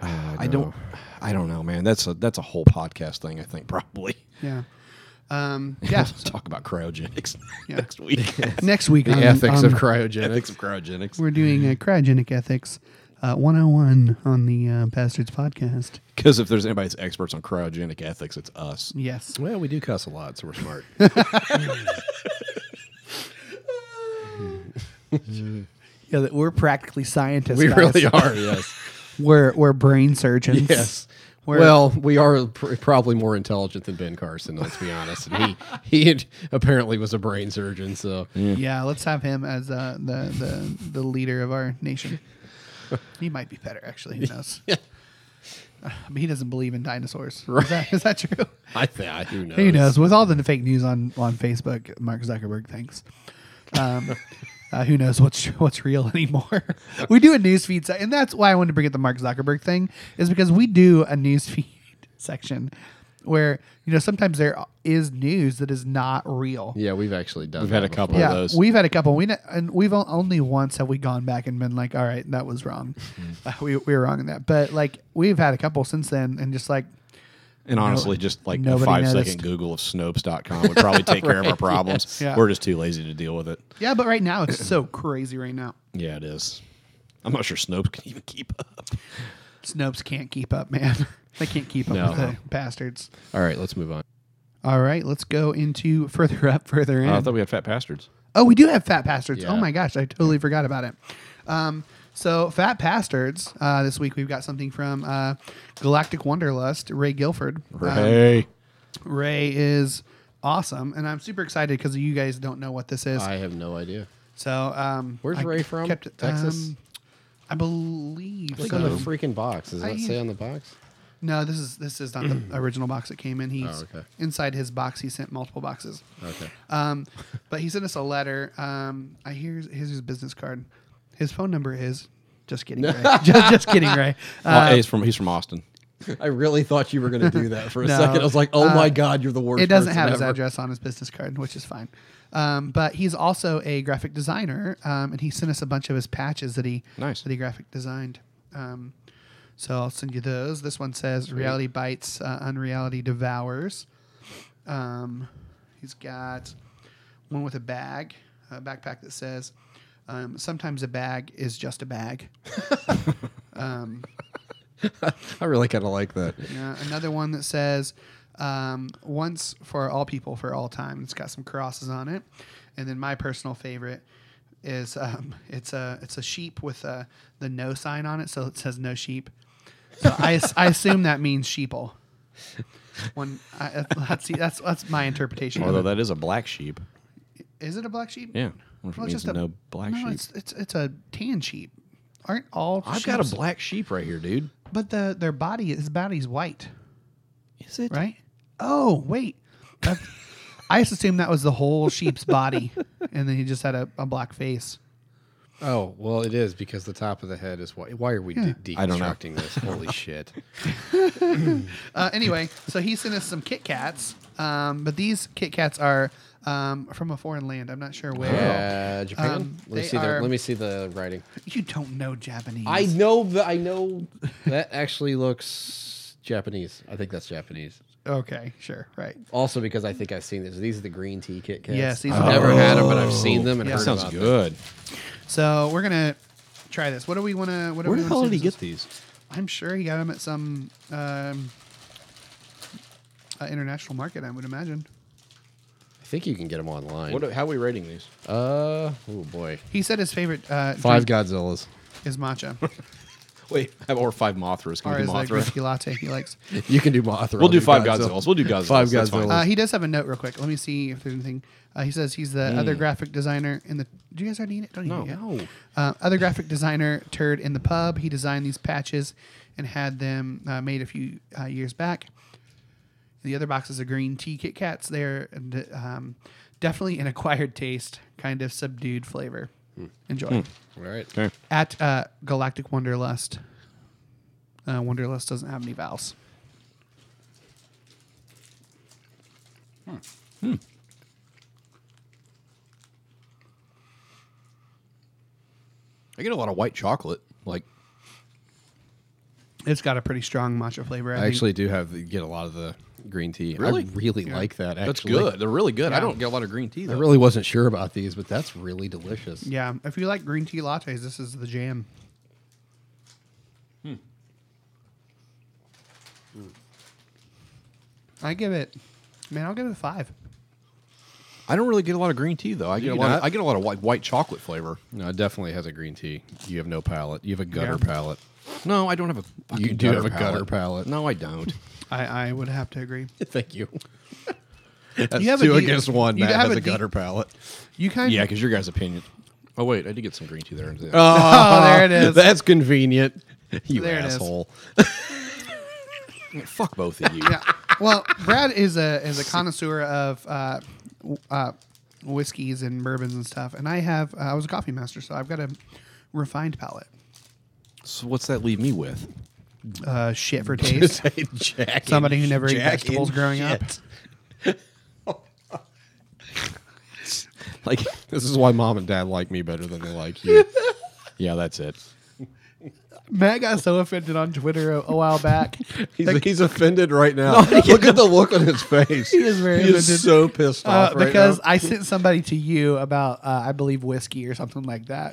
I don't. I don't know, man. That's a that's a whole podcast thing. I think probably. Yeah, um, yeah. Let's talk about cryogenics Yeah. next week. Next week, The on- ethics on of cryogenics. of cryogenics. We're doing a cryogenic ethics. uh, 101 on the uh, Bastards podcast. Because if there's anybody that's experts on cryogenic ethics, it's us. Yes. Well, we do cuss a lot, so we're smart. Yeah, that we're practically scientists. we guys. really are. Yes. We're, we're brain surgeons. Yes. We're- well, we are pr- probably more intelligent than Ben Carson. Let's be honest. And he he had- apparently was a brain surgeon. So Yeah, let's have him as uh, the, the the leader of our nation. He might be better, actually. Who knows? Uh, but he doesn't believe in dinosaurs. Is, that, is that true? I think I who knows. Who knows? With all the fake news on, on Facebook, Mark Zuckerberg thinks. Um, uh, who knows what's what's real anymore? we do a news feed, se- and that's why I wanted to bring up the Mark Zuckerberg thing, is because we do a news feed section where you know sometimes there is news that is not real. Yeah, we've actually done. We've had that a couple before. of those. We've had a couple. We ne- and we've on- only once have we gone back and been like, all right, that was wrong. Uh, we we were wrong in that. But like we've had a couple since then, and just like And honestly, just like a nobody five second noticed. Google of Snopes.com would probably take care of our problems. Yeah. We're just too lazy to deal with it. yeah, but right now it's so crazy. Right now, Yeah, it is. I'm not sure Snopes can even keep up. Snopes can't keep up, man. they can't keep up No. with the bastards. All right, let's move on. All right, let's go into further up, further in. Uh, I thought we had fat bastards. Oh, we do have Fat Bastards. Oh Yeah. my gosh, I totally forgot about it. Um, so Fat Bastards. Uh, this week we've got something from uh, Galactic Wanderlust, Ray Guilford. Um, Hey. Ray is awesome, and I'm super excited because you guys don't know what this is. I have no idea. so, um, Where's I Ray from? Texas? um, I believe. Click so. on the freaking box. Does I- that say on the box? no, this is this is not the original box that came in. He's Oh, okay. Oh. inside his box. He sent multiple boxes. Okay. Um, but he sent us a letter. Um, I hear his, here's his business card. His phone number is just kidding, Ray. just, just kidding, Ray. Uh, Uh, he's from he's from Austin. I really thought you were going to do that for a No. second. I was like, oh Uh, my god, you're the worst. it doesn't person have his ever. address on his business card, which is fine. Um, but he's also a graphic designer, um, and he sent us a bunch of his patches that he Nice. that he graphic designed. Um, so I'll send you those. This one says "Reality bites, uh, unreality devours." Um, he's got one with a bag, a backpack that says, um, "Sometimes a bag is just a bag." I really kind of like that. Uh, another one that says um, once for all people for all time it's got some crosses on it and then my personal favorite is um, it's a it's a sheep with uh the no sign on it so it says no sheep so I, as- I assume that means sheeple when I, that's, that's that's my interpretation Although of it. that is a black sheep. is it a black sheep Yeah. I wonder if Well, it it's means just a- no black no sheep. it's it's it's a tan sheep aren't all I've got a sheeps- black sheep right here, dude. but the their body his body's white Is it? right? Oh, wait. That- I just assumed that was the whole sheep's body, and then he just had a, a black face. Oh well, it is because the top of the head is white. Why are we de- I don't know. deconstructing this? Holy shit! Uh, anyway, so he sent us some Kit Kats, um, but these Kit Kats are um, from a foreign land. I'm not sure where. Uh, Japan. Um, let me they see the are- let me see the writing. You don't know Japanese. I know that I know that actually looks Japanese. I think that's Japanese. okay, sure, right. Also because I think I've seen this. These are the green tea Kit Kats. Yes, these I've are- never had them, but I've seen them and Yeah. heard Oh, Sounds about them. good. So we're gonna try this. What do we want to? What do Where we the wanna hell see did he this get these? is? I'm sure he got them at some um, uh, international market. I would imagine. I think you can get them online. What, how are we rating these? uh oh boy, He said his favorite uh, five drink Godzillas. is matcha. Wait, I have or five Mothras. Can or we is do that Mothra? Greek latte he likes. You can do Mothra. We'll I'll do five Godzilla. Godzillas. We'll do Godzillas. Five That's fine. Godzillas. Uh, he does have a note real quick. Let me see if there's anything. Uh, he says he's the other graphic designer in the. Do you guys already eat it? Don't eat Mm. No. it yet. No. Uh, other graphic designer turd in the pub. He designed these patches and had them uh, made a few uh, years back. The other boxes are green tea Kit Kats. They're um, definitely an acquired taste, kind of subdued flavor. Hmm. Enjoy All right. Okay. at uh, Galactic Wonderlust. Uh, Wonderlust doesn't have any vowels. I get a lot of white chocolate. Like, It's got a pretty strong matcha flavor. I, I think. actually do have get a lot of the green tea. Really? I really like that. Actually. that's good. They're really good. Yeah. I don't get a lot of green tea, I though. really wasn't sure about these, but that's really delicious. Yeah, if you like green tea lattes, this is the jam. Hmm. I give it, man, I'll give it a five. I don't really get a lot of green tea though. I get a you lot. Of, not? I get a lot of white, white chocolate flavor. No, it definitely has a green tea. You have no palate. You have a gutter Yeah. palate. No, I don't have a. Fucking do gutter have a gutter palate. palate. No, I don't. I, I would have to agree. Thank you. That's You have a two deep- against one. you Matt have has a a gutter palate. You kind yeah, of because your guys' opinion. Uh, Oh wait, I did get some green tea there. Oh, there it is. That's convenient. You There it is. asshole. Fuck both of you. yeah. Well, Brad is a is a connoisseur of uh, w- uh, whiskeys and bourbons and stuff, and I have uh, I was a coffee master, so I've got a refined palate. So what's that leave me with? Uh, shit for taste. Jack Somebody and- who never ate Jack vegetables and growing up. shit. Like, This is why mom and dad like me better than they like you. yeah, that's it. Matt got so offended on Twitter a, a while back. He's, he's offended right now. Look at the look on his face. He is very offended. so pissed off Uh, right because now. I sent somebody to you about, uh, I believe, whiskey or something like that.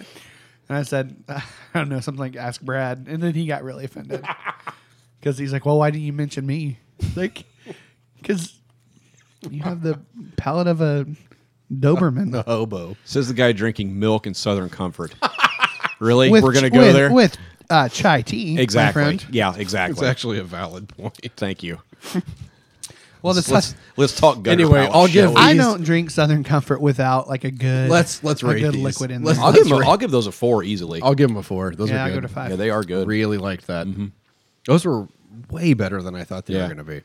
And I said, I don't know, something like ask Brad. And then he got really offended. Because he's like, well, why didn't you mention me? Like, because you have the palate of a Doberman. the hobo. Says the guy drinking milk in Southern Comfort. really? We're gonna ch- go with, there. With uh, chai tea. my exactly. friend. Yeah, exactly. It's actually a valid point. Thank you. Well, the Let's let's talk. Gutter Anyway, palate, I'll shall give- we? I Please. don't drink Southern Comfort without like a good Let's- let's a rate good these. liquid in Let's- there. I'll give That's them, right. I'll give those a four easily. I'll give him a four. Those yeah, are I'll good. go to five. yeah, they are good. Really liked that. Those were way better than I thought they Yeah. were going to be.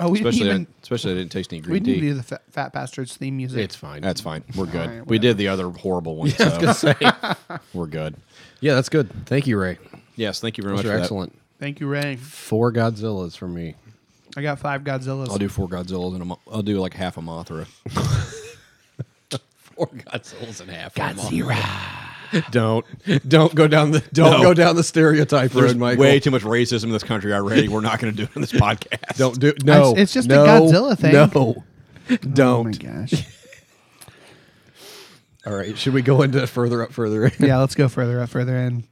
oh, we didn't Especially, even especially I didn't taste any we green didn't tea. do the Fat, Fat Bastards theme music. It's fine. That's fine. We're good. right, we did the other horrible one, I was gonna so say. we're good. yeah, that's good. Thank you, Ray. Yes, thank you very Those much. are for that. excellent. Thank you, Ray. Four Godzillas for me. I got five Godzillas. I'll do four Godzillas and a mo- I'll do like half a Mothra. Four Godzillas and half. Godzilla. Don't don't go down the don't No. go down the stereotype There's road, Michael. way too much racism in this country already. We're not going to do it in this podcast. Don't do no. It's- it's just a no, Godzilla thing. No, Oh my don't. gosh. All right, should we go into further up further? yeah, let's go further up, further in.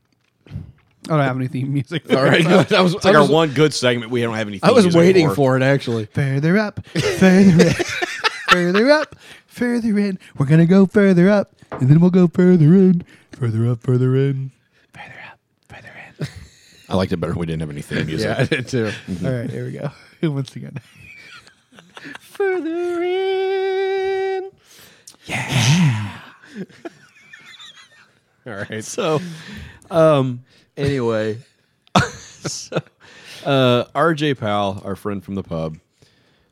I don't have any theme music. All right, I was, It's like I was, our one good segment. We don't have anything. I was waiting for it actually. Further up, further in, further up, further in. We're gonna go further up, and then we'll go further in, further up, further in, further up, further in. I liked it better when we didn't have any theme music. Yeah, I did too. All right, here we go. Once again. further in. Yeah. All right. So, um, anyway, so uh, RJ Powell, our friend from the pub,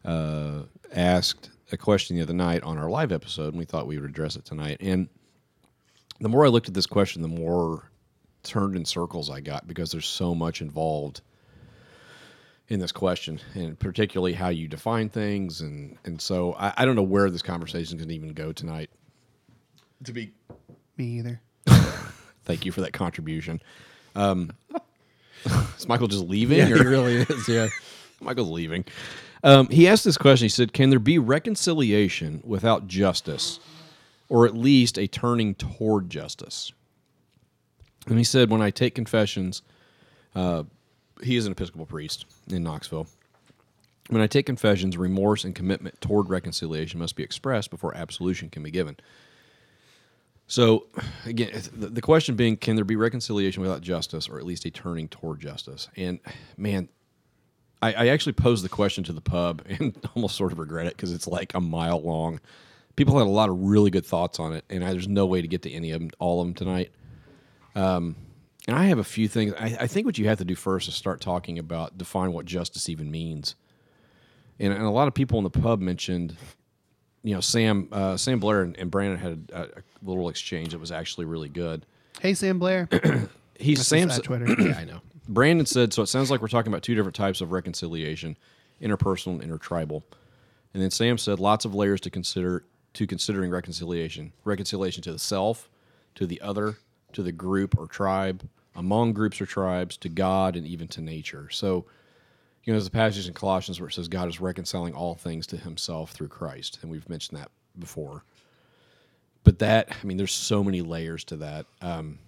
uh, asked a question the other night on our live episode, and we thought we would address it tonight. And the more I looked at this question, the more turned in circles I got because there's so much involved in this question, and particularly how you define things, and and so I, I don't know where this conversation can even go tonight. To be Me either. Thank you for that contribution. Um, is Michael just leaving? yeah, he or- really is. Yeah. Michael's leaving. Um, he asked this question. He said, "Can there be reconciliation without justice, or at least a turning toward justice?" And he said, "When I take confessions, uh, he is an Episcopal priest in Knoxville. When I take confessions, remorse and commitment toward reconciliation must be expressed before absolution can be given." So, again, th- the the question being, can there be reconciliation without justice, or at least a turning toward justice? And man, I, I actually posed the question to the pub and almost sort of regret it because it's like a mile long. People had a lot of really good thoughts on it, and I, there's no way to get to any of them, all of them tonight. Um, and I have a few things. I, I think what you have to do first is start talking about define what justice even means. And, and a lot of people in the pub mentioned, you know, Sam uh, Sam Blair and, and Brandon had a, a little exchange that was actually really good. Hey, Sam Blair. He's Sam's At Twitter. Yeah, I know. Brandon said, so it sounds like we're talking about two different types of reconciliation, interpersonal and intertribal. And then Sam said, lots of layers to consider to considering reconciliation. Reconciliation to the self, to the other, to the group or tribe, among groups or tribes, to God, and even to nature. So, you know, there's a passage in Colossians where it says God is reconciling all things to himself through Christ. And we've mentioned that before. But that, I mean, there's so many layers to that. Um,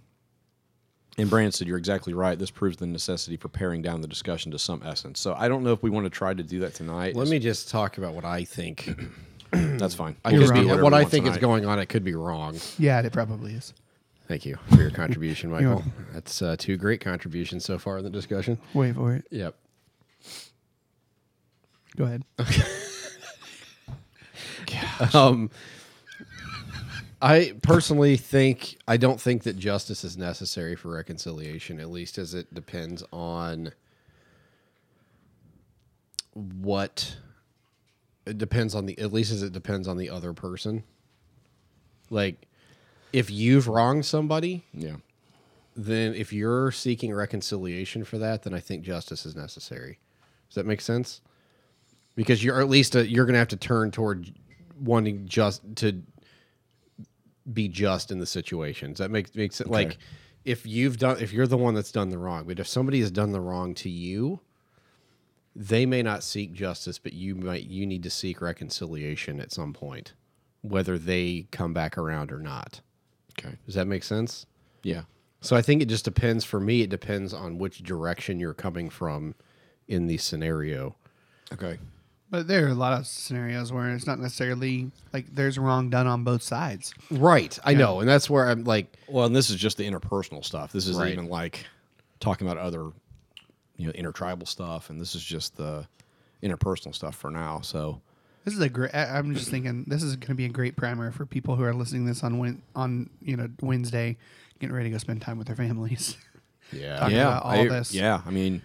And Brandon said, You're exactly right. This proves the necessity for paring down the discussion to some essence. So I don't know if we want to try to do that tonight. Let me just talk about what I think. That's fine. I I could wrong. be, whatever what we I want think is tonight. going on. It could be wrong. Yeah, it probably is. Thank you for your contribution, Michael. welcome. That's uh, two great contributions so far in the discussion. Wait for it. Yep. Go ahead. Um, I personally think I don't think that justice is necessary for reconciliation, at least as it depends on what it depends on the at least as it depends on the other person. Like, if you've wronged somebody, Yeah. then if you're seeking reconciliation for that, then I think justice is necessary. Does that make sense? Because you're at least uh you're going to have to turn toward wanting just to be just in the situation. Does that make make sense? Like if you've done if you're the one that's done the wrong, but if somebody has done the wrong to you, they may not seek justice, but you might you need to seek reconciliation at some point, whether they come back around or not. Okay. Does that make sense? Yeah. So I think it just depends. For me, it depends on which direction you're coming from in the scenario. Okay. But there are a lot of scenarios where it's not necessarily like there's wrong done on both sides. Right. I know. And that's where I'm like, Well, and this is just the interpersonal stuff. This isn't Right. even like talking about other, you know, intertribal stuff. And this is just the interpersonal stuff for now. So, This is a great. I'm just thinking this is going to be a great primer for people who are listening to this on Wed- on you know Wednesday, getting ready to go spend time with their families. yeah. Talking yeah. about all I- this. Yeah. I mean,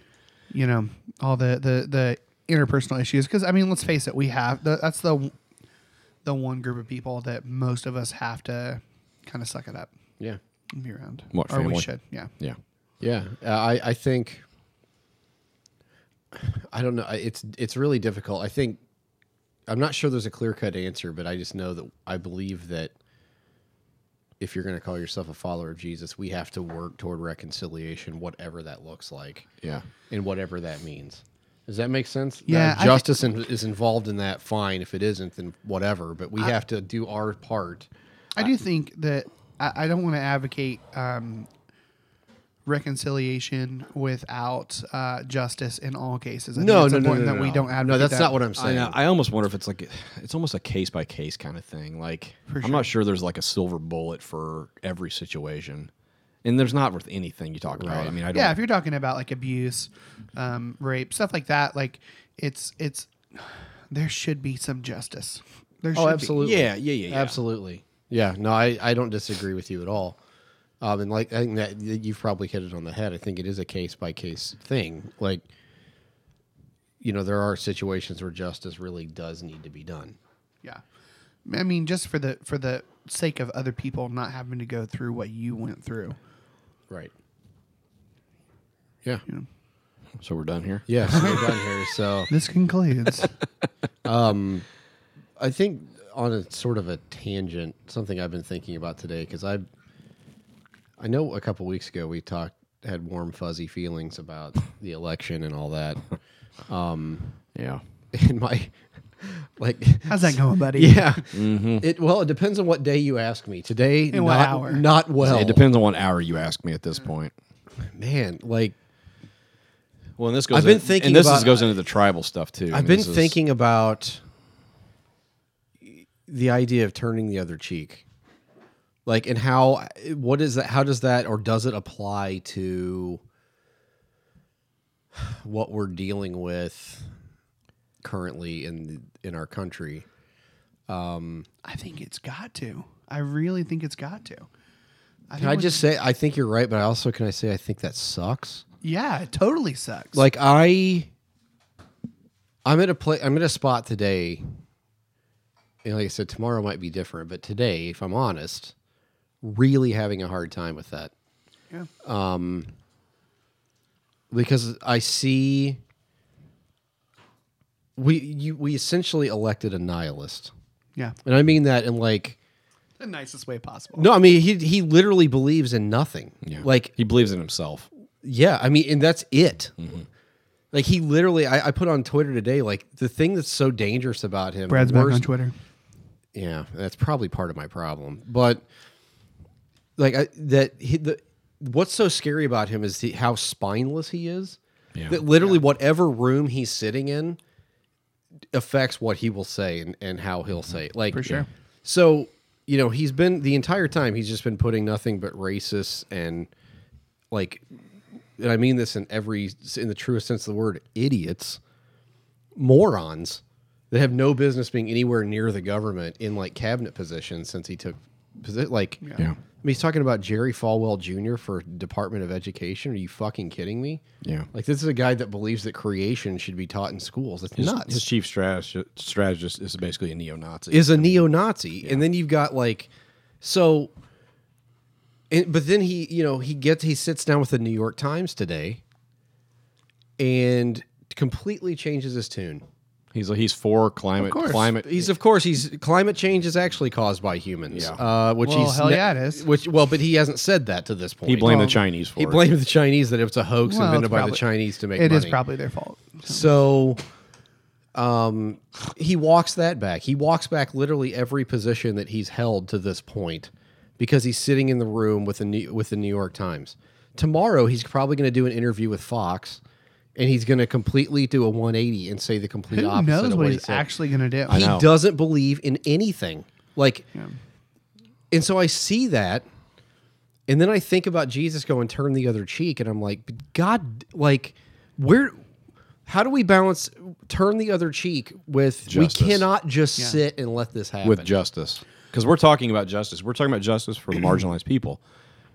you know all the the the interpersonal issues because i mean let's face it we have the, that's the the one group of people that most of us have to kind of suck it up Yeah. and be around What, or we family? should yeah yeah. Yeah. Uh, I, I think, I don't know. I- It's, it's really difficult. I think, I'm not sure there's a clear cut answer, but I just know that I believe that if you're going to call yourself a follower of Jesus, we have to work toward reconciliation, whatever that looks like. Yeah. and whatever that means. Does that make sense? Yeah, Now, I- justice in, is involved in that. Fine, if it isn't, then whatever. But we have to do our part. i do think that i, I don't want to advocate um reconciliation without uh justice in all cases I think it's important that we don't advocate No, that's that. Oh, not what I'm I, saying. know, I almost wonder if it's like it's almost a case by case kind of thing. Like I'm not sure there's like a silver bullet for every situation, and there's not with anything you talk about. I mean, I don't. yeah if you're talking about like abuse um rape stuff like that like it's it's there should be some justice there should oh, be. absolutely. yeah, yeah, yeah, yeah. Absolutely. Yeah. No, I, I don't disagree with you at all. Um, and like I think that that you've probably hit it on the head. I think it is a case by case thing. Like, you know, there are situations where justice really does need to be done. yeah i mean just for the for the sake of other people not having to go through what you went through Right. Yeah. So we're done here. Yeah. So we're done here. So. this concludes I think on a sort of a tangent, something I've been thinking about today because I, I know a couple weeks ago we talked had warm fuzzy feelings about the election and all that, Yeah. and my, like, how's that going buddy yeah, Mm-hmm. it well it depends on what day you ask me. Today, And not, what hour. not well. It depends on what hour you ask me at this point. man. Like Well, and this goes. I've been in- thinking and this about- is, goes into the tribal stuff too. I I've mean, been this is- thinking about the idea of turning the other cheek. Like and how what is that how does that or does it apply to what we're dealing with currently in in our country? i think it's got to i really think it's got to I Can think I we- just say I think you're right, but I also can I say I think that sucks? yeah, it totally sucks. like i i'm at a place i'm at a spot today and like i said tomorrow might be different but today if i'm honest really having a hard time with that yeah. because i see we you we essentially elected a nihilist yeah, and i mean that in like the nicest way possible. no i mean he he literally believes in nothing Yeah. like he believes in himself. Yeah, I mean, and that's it. Like he literally, I, I put on Twitter today. Like the thing that's so dangerous about him. Brad's the back worst- on Twitter. Yeah, that's probably part of my problem. But like I, that, he, the what's so scary about him is he, how spineless he is. Yeah. That literally whatever room he's sitting in affects what he will say and, and how he'll say it. Like For sure. So, you know, he's been the entire time he's just been putting nothing but racist and like and I mean this in every in the truest sense of the word, idiots, morons that have no business being anywhere near the government in like cabinet positions since he took posi- like Yeah. Yeah. I mean, he's talking about Jerry Falwell Jr. for Department of Education. Are you fucking kidding me? Yeah. Like this is a guy that believes that creation should be taught in schools. It's His, nuts. his chief strategist, strategist is basically a neo-Nazi. is a neo-Nazi, and then you've got like, so. And, but then he, you know, he gets he sits down with the New York Times today, and completely changes his tune. he's he's for climate course. climate. He's of course he's climate change is actually caused by humans. Yeah. Uh, which Well, he's hell yeah, it is. Which well, but he hasn't said that to this point. he blamed Well, the Chinese for He it. blamed the Chinese that it was a hoax Well, invented it's by the probably- Chinese to make It money. is probably their fault. so. Um, he walks that back. He walks back literally every position that he's held to this point because he's sitting in the room with the New, with the New York Times. Tomorrow he's probably going to do an interview with Fox, and he's going to completely do a 180 and say the complete Who opposite. knows of what what he he's said actually going to do? I he know. doesn't believe in anything. Like, and so I see that, and then I think about Jesus going turn the other cheek, and I'm like, but God, like, where? How do we balance turn the other cheek with Justice. we cannot just sit and let this happen? with justice because we're talking about justice. We're talking about justice for the marginalized people,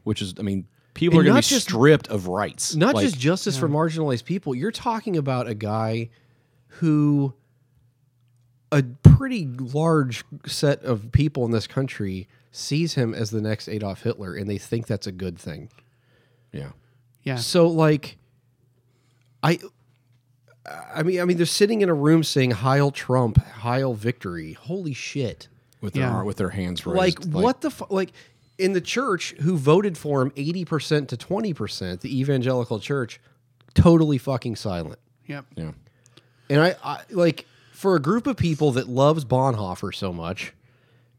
which is I mean people And are going to be not just- stripped of rights. not Like, just justice for marginalized people. You're talking about a guy who a pretty large set of people in this country sees him as the next Adolf Hitler and they think that's a good thing. yeah. Yeah. So like I I mean I mean they're sitting in a room saying Heil Trump, Heil victory. Holy shit. With their Yeah. ar- with their hands raised, Like, what the fu- like in the church who voted for him 80% to 20%, the evangelical church totally fucking silent. Yep. Yeah, And I, I like for a group of people that loves Bonhoeffer so much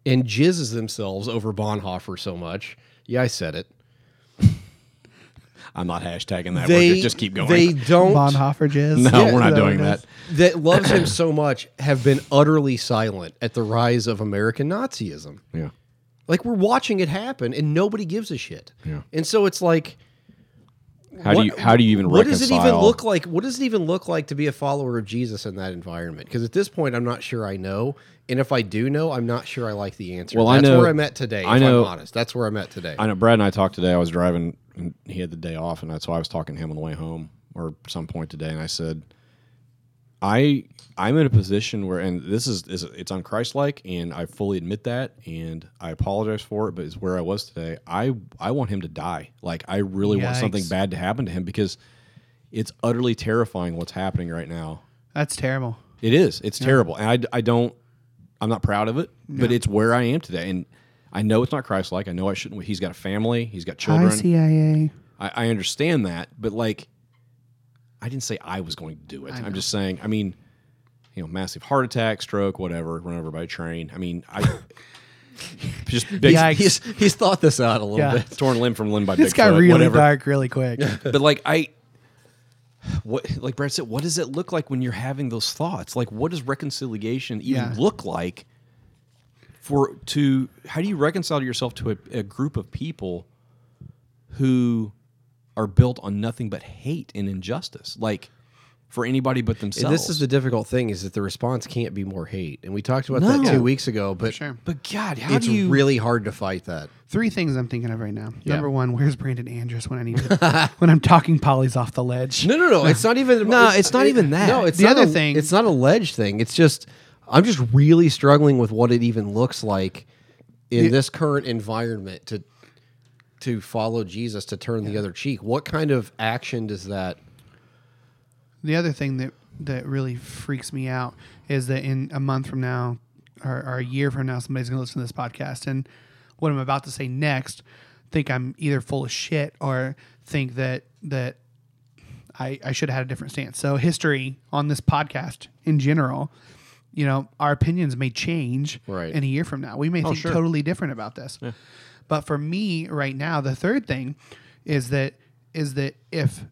and jizzes themselves over Bonhoeffer so much. Yeah, I said it. I'm not hashtagging that. They word. Just keep going. They don't Bonhoeffer jizz. no, Is we're that not what doing it that. is? that loves him so much have been utterly silent at the rise of American Nazism. Yeah, Like we're watching it happen and nobody gives a shit. Yeah. And so it's like how What- do you how do you even what reconcile? does it even look like? What does it even look like to be a follower of Jesus in that environment? Because at this point, I'm not sure I know, and if I do know, I'm not sure I like the answer. Well, I that's know- where I'm at today. I if know- I'm honest. That's where I'm at today. I know Brad and I talked today. I was driving and he had the day off, and that's why I was talking to him on the way home or some point today. And I said, I I'm in a position where, and this is, is it's unchristlike, and I fully admit that, and I apologize for it, but it's where I was today. I I want him to die. Like I really want something Yikes. bad to happen to him because it's utterly terrifying what's happening right now. That's terrible. It is. It's terrible. And I, I don't, I'm not proud of it, but it's where I am today. And I know it's not Christ like. I know I shouldn't. He's got a family, he's got Hi, children. CIA. I, I understand that, but like, I didn't say I was going to do it. I'm just saying. I mean, you know, massive heart attack, stroke, whatever, run over by a train. I mean, I just big Yikes. he's he's thought this out a little Yeah. bit. torn limb from limb by This Bigfoot. got really whatever. dark really quick. But like I, what like Brad said, what does it look like when you're having those thoughts? Like, what does reconciliation even Yeah. look like? For to how do you reconcile yourself to a, a group of people who are built on nothing but hate and injustice, like for anybody but themselves? And this is the difficult thing: is that the response can't be more hate, and we talked about No. that two weeks ago. But sure. but God, how it's do you really hard to fight that. Three things I'm thinking of right now. Number one, where's Brandon Andrews when I need to, when I'm talking Polly's off the ledge? No, no, no. It's not even. No, it's not even that. No, it's The not other a- thing- It's not a ledge thing. It's just I'm just really struggling with what it even looks like in this current environment to to follow Jesus to turn the other cheek. What kind of action does that? The other thing that that really freaks me out is that in a month from now or, or a year from now, somebody's going to listen to this podcast and what I'm about to say next, think I'm either full of shit or think that that I, I should have had a different stance. So history on this podcast in general, you know, our opinions may change Right. in a year from now. We may think sure. totally different about this. But for me right now, the third thing is that is that if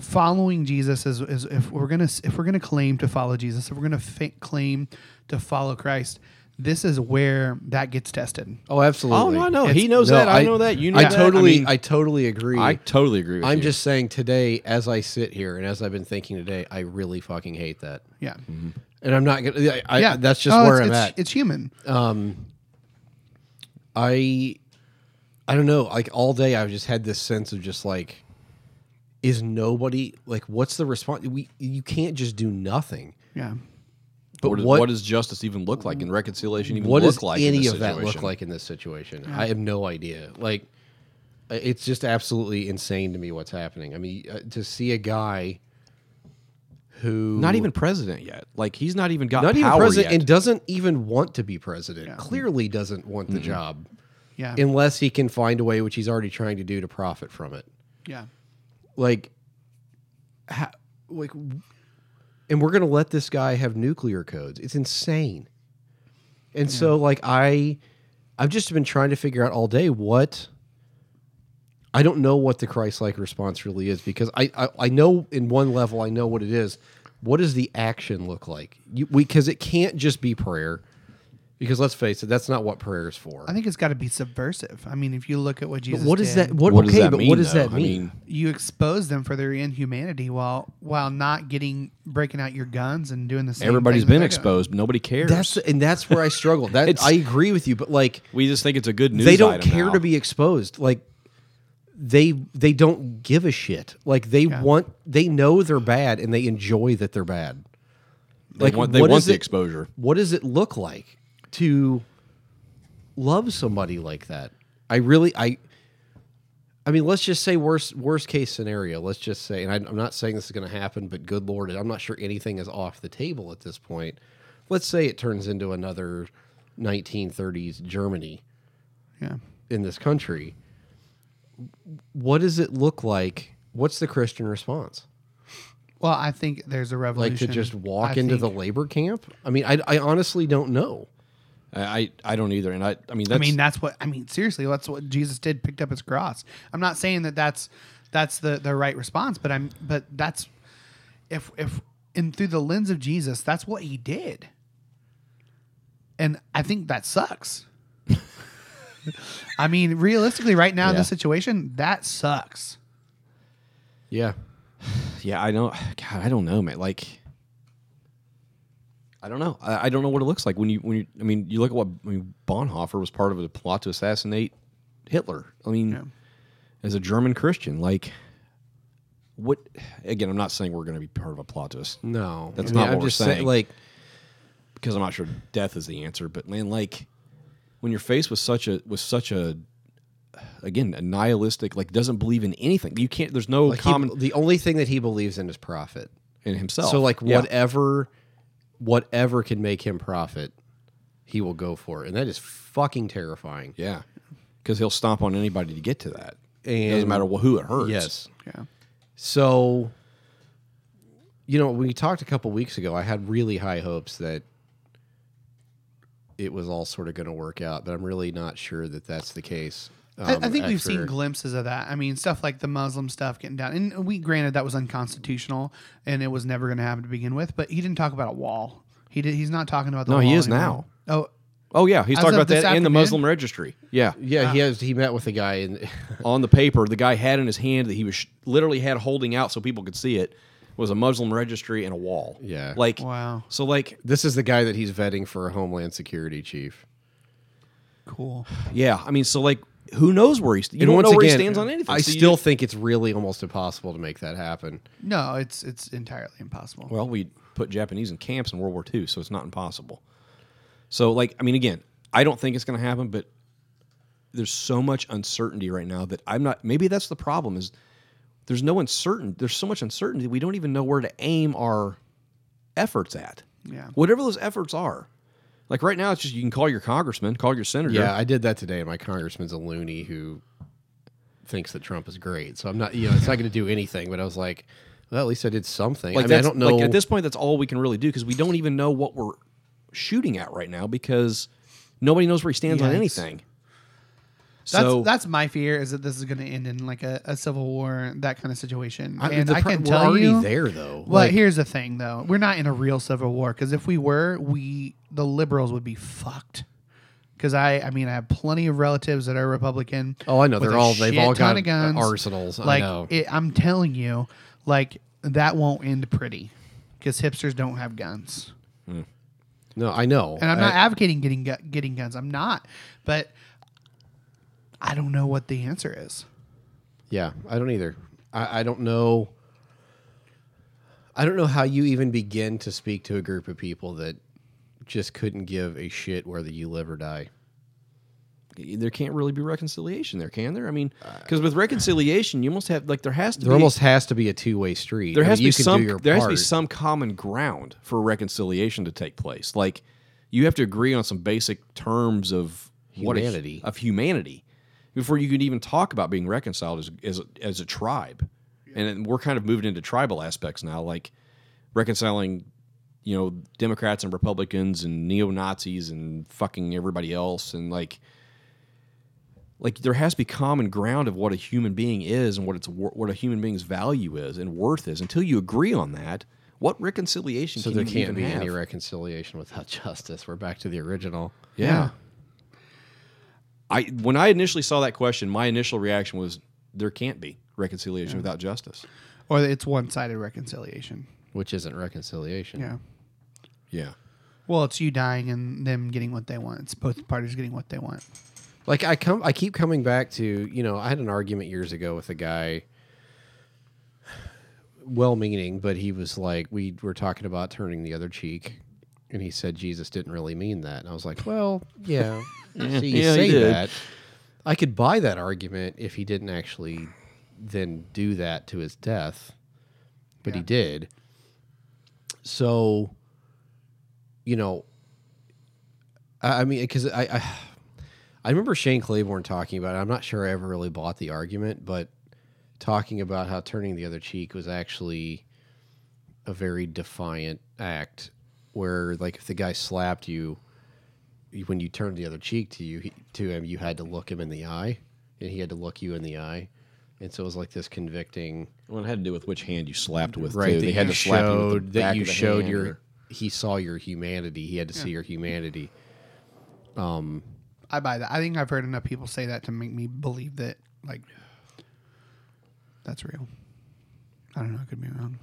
following Jesus is, is if we're gonna if we're gonna claim to follow Jesus, if we're gonna fa- claim to follow Christ, this is where that gets tested. Oh, absolutely. Oh, no, no, he knows that, I know that, you know I that. I totally, I, mean- totally agree. I totally agree with I'm you. just saying today, as I sit here and as I've been thinking today, I really fucking hate that, Yeah, and I'm not gonna. I, Mm-hmm. I, yeah. that's just Oh, where it's, I'm it's, at. It's human. I I don't know. Like all day, I've just had this sense of just like, is nobody like, what's the response? We you can't just do nothing. yeah, But what, is, what what does justice even look like and reconciliation even what look does like? in any this of that look situation? like in this situation? I have no idea. Like, i- it's just absolutely insane to me what's happening. I mean, uh, to see a guy who Not even president yet. Like he's not even got not power even president yet. and doesn't even want to be president. Clearly doesn't want the job yeah, unless he can find a way, which he's already trying to do, to profit from it. yeah. like ha, like w- and we're going to let this guy have nuclear codes it's insane and so like i i've just been trying to figure out all day what i don't know what the christ-like response really is because i i, I know in one level i know what it is what does the action look like you, we because it can't just be prayer because let's face it that's not what prayer is for I think it's got to be subversive. I mean, if you look at what But Jesus, what is did, that what, what okay does that but mean? what does though? that I mean you expose them for their inhumanity while while not getting breaking out your guns and doing the same. everybody's thing that been they're doing. exposed. Nobody cares. that's and that's where i struggle that It's- i agree with you but like we just think it's a good news. they don't item care now. to be exposed like they they don't give a shit like they want they know they're bad and they enjoy that they're bad They want, they what want is the it- exposure. what does it look like to love somebody like that i really i i mean let's just say worst worst case scenario let's just say and I, i'm not saying this is going to happen but good lord i'm not sure anything is off the table at this point let's say it turns into another 1930s germany Yeah, in this country, what does it look like? What's the Christian response? Well, I think there's a revolution. Like to just walk I into the think- labor camp? I mean, I, I honestly don't know. I, I I don't either. And I I mean I that's mean, that's what I mean. Seriously, that's what Jesus did. Picked up his cross. I'm not saying that that's that's the the right response, but I'm but that's if if and through the lens of Jesus, that's what he did. And I think that sucks. I mean, realistically, right now in this Yeah. situation, that sucks. Yeah. yeah. I know. God, I don't know, man. Like. I don't know. I, I don't know what it looks like when you when you. I mean, you look at what I mean, Bonhoeffer was part of a plot to assassinate Hitler. I mean, Yeah. as a German Christian, like what? Again, I'm not saying we're going to be part of a plot to us No. That's I mean, not what we're saying. Like, because I'm not sure death is the answer. But man, like when you're faced with such a with such a again a nihilistic like doesn't believe in anything. You can't. There's no like he- common the only thing that he believes in is profit. in himself. So like Yeah. whatever whatever can make him profit, he will go for it. And that is fucking terrifying. Yeah, because he'll stomp on anybody to get to that. it And- doesn't matter wh- who it hurts. Yes. Yeah. So, you know, when we talked a couple weeks ago, I had really high hopes that it was all sort of going to work out, but I'm really not sure that that's the case. I, Um, I think we've seen after- glimpses of that. I mean, stuff like the Muslim stuff getting down, and we granted that was unconstitutional and it was never going to happen to begin with. But he didn't talk about a wall. He did. He's not talking about the No, Wall he is anymore. now. Oh, Oh yeah, he's As of talking about that this in the afternoon? Muslim registry. Yeah. yeah, he has. He met with a guy, and on the paper the guy had in his hand that he was sh- literally had holding out so people could see it was a Muslim registry and a wall. Yeah. Like Wow. So like this is the guy that he's vetting for a Homeland Security chief. cool. yeah, I mean so like who knows where he st- you And don't once know where again, he stands on anything. I So you- still think it's really almost impossible to make that happen. No, it's it's entirely impossible. well we put Japanese in camps in World War II so it's not impossible. So like I mean again, I don't think it's going to happen but there's so much uncertainty right now that I'm not maybe that's the problem is there's no uncertain there's so much uncertainty we don't even know where to aim our efforts at. Yeah. Whatever those efforts are. Like right now it's just you can call your congressman, call your senator. Yeah, I did that today. and My congressman's a loony who thinks that Trump is great. So I'm not, you know, it's not going to do anything. But I was like, well, at least I did something. Like I mean, I that's- don't know. Like at this point that's all we can really do because we don't even know what we're shooting at right now because nobody knows where he stands on Yikes. anything. That's, so that's my fear is that this is going to end in like a, a civil war, that kind of situation. I- and the I pro- can we're tell already you, there though. Well, Like, here's the thing, though. We're not in a real civil war because if we were, we the liberals would be fucked. Because I, I mean, I have plenty of relatives that are Republican. Oh, I know. with They're a all- they've shit all ton got of guns. arsenals. I Like know. It, I'm telling you, like that won't end pretty because hipsters don't have guns. No, I know. And I'm not I- advocating getting gu- getting guns. I'm not, but I don't know what the answer is. Yeah, I don't either. I, I don't know. I don't know how you even begin to speak to a group of people that just couldn't give a shit whether you live or die. there can't really be reconciliation there, can there? I mean, because with reconciliation, you almost have like there has to There be almost has to be a two way street. there I mean, has you to be can do some your there has to be part. some common ground for reconciliation to take place. Like you have to agree on some basic terms of what a- Humanity. of humanity before you can even talk about being reconciled as as a, as a tribe. And then we're kind of moving into tribal aspects now, like reconciling, you know, Democrats and Republicans and neo Nazis and fucking everybody else and like like there has to be common ground of what a human being is and what its wor- what a human being's value is and worth is. Until you agree on that, what reconciliation So can there you can't even be have? any reconciliation without justice. We're back to the original. yeah. I when I initially saw that question, my initial reaction was there can't be reconciliation without justice. Or it's one sided reconciliation. Which isn't reconciliation. Yeah. Yeah. Well, it's you dying and them getting what they want. It's both parties getting what they want. Like I come, I keep coming back to you know I had an argument years ago with a guy, well-meaning, but he was like we were talking about turning the other cheek, and he said Jesus didn't really mean that, and I was like, well, yeah, see, you Yeah, he say did. that, I could buy that argument if he didn't actually then do that to his death, but he Yeah. did. So, you know, I, I mean, because I, I I remember Shane Claiborne talking about it. I'm not sure I ever really bought the argument, but talking about how turning the other cheek was actually a very defiant act where like if the guy slapped you you- when you turned the other cheek to you he, to him you had to look him in the eye and he had to look you in the eye and so it was like this convicting Well, it had to do with which hand you slapped with. right too. that They had you to slap you with the showed- that back you of the showed hand your or- he saw your humanity he had to see your humanity I buy that. I think I've heard enough people say that to make me believe that, like, that's real. I don't know. I could be wrong.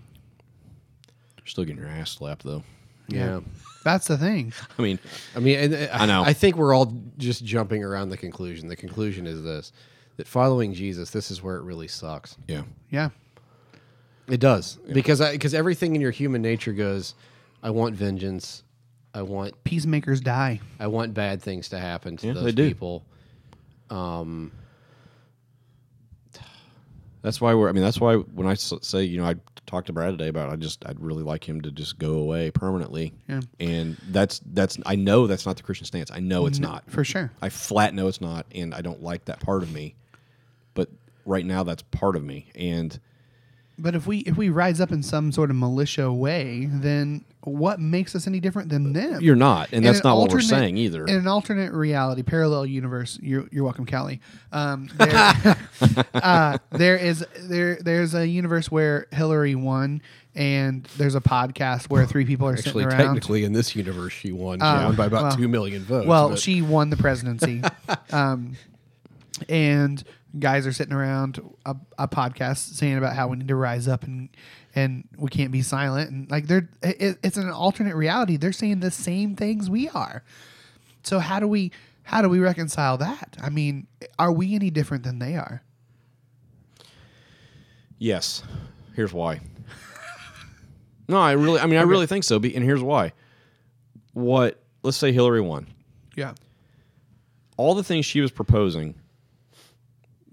You're still getting your ass slapped though. Yeah. yeah, That's the thing. I mean, I mean, and, uh, I know. I think we're all just jumping around the conclusion. The conclusion is this: that following Jesus, this is where it really sucks. yeah. Yeah. It does because I because everything in your human nature goes, I want vengeance, I want Peacemakers die. I want bad things to happen to Yeah, they those do. people. That's why we're. I mean, that's why when I s- say, you know, I talked to Brad today about. I just, I'd really like him to just go away permanently. Yeah. And that's that's. I know that's not the Christian stance. I know it's not. For sure. I flat know it's not, and I don't like that part of me. But right now, that's part of me, and But if we if we rise up in some sort of militia way, then what makes us any different than them? you're not, and In that's an not what we're alternate- saying either. In an alternate reality, parallel universe, you're, you're welcome, Callie. Um, there, uh, there is there there's a universe where Hillary won, and there's a podcast where three people are Actually, sitting around. Oh, technically, in this universe, she won. She won by about well- two million votes. well, but- she won the presidency, um, and guys are sitting around a, a podcast saying about how we need to rise up and and we can't be silent and like they're it, it's an alternate reality. They're saying the same things we are. So how do we how do we reconcile that? I mean, are we any different than they are? Yes. Here's why. no, I really. I mean, I really think so. be- And here's why. What? Let's say Hillary won. Yeah. All the things she was proposing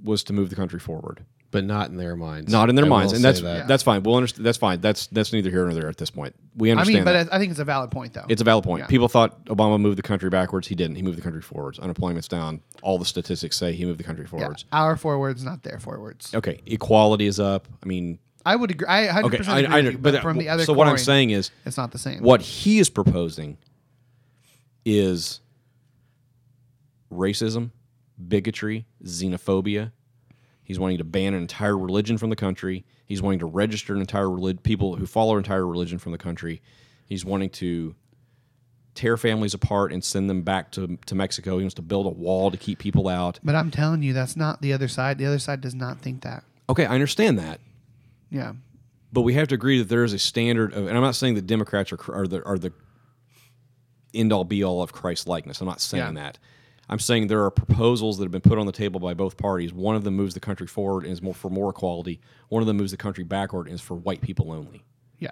was to move the country forward. but not in their minds. Not in their I will minds, and say that's that. that's fine. We'll understand. That's fine. That's that's neither here nor there at this point. We I understand. mean, but that. I I think it's a valid point though. it's a valid point. Yeah. People thought Obama moved the country backwards. He didn't. He moved the country forwards. Unemployment's down. All the statistics say he moved the country yeah. forwards. our forwards, not their forwards. Okay, equality is up. I mean, I would agree. I 100% okay, I, agree I- with you, but, but from the other So what I'm coin, saying is, it's not the same. what he is proposing is racism, bigotry, xenophobia. He's wanting to ban an entire religion from the country. He's wanting to register an entire relig- people who follow entire religion from the country. He's wanting to tear families apart and send them back to, to Mexico. He wants to build a wall to keep people out. But I'm telling you, that's not the other side. The other side does not think that. Okay, I understand that. Yeah. but we have to agree that there is a standard of, and I'm not saying that Democrats are cr- are the are the end all be all of Christ likeness. I'm not saying Yeah. that. I'm saying there are proposals that have been put on the table by both parties. One of them moves the country forward and is more for more equality. One of them moves the country backward and is for white people only. Yeah.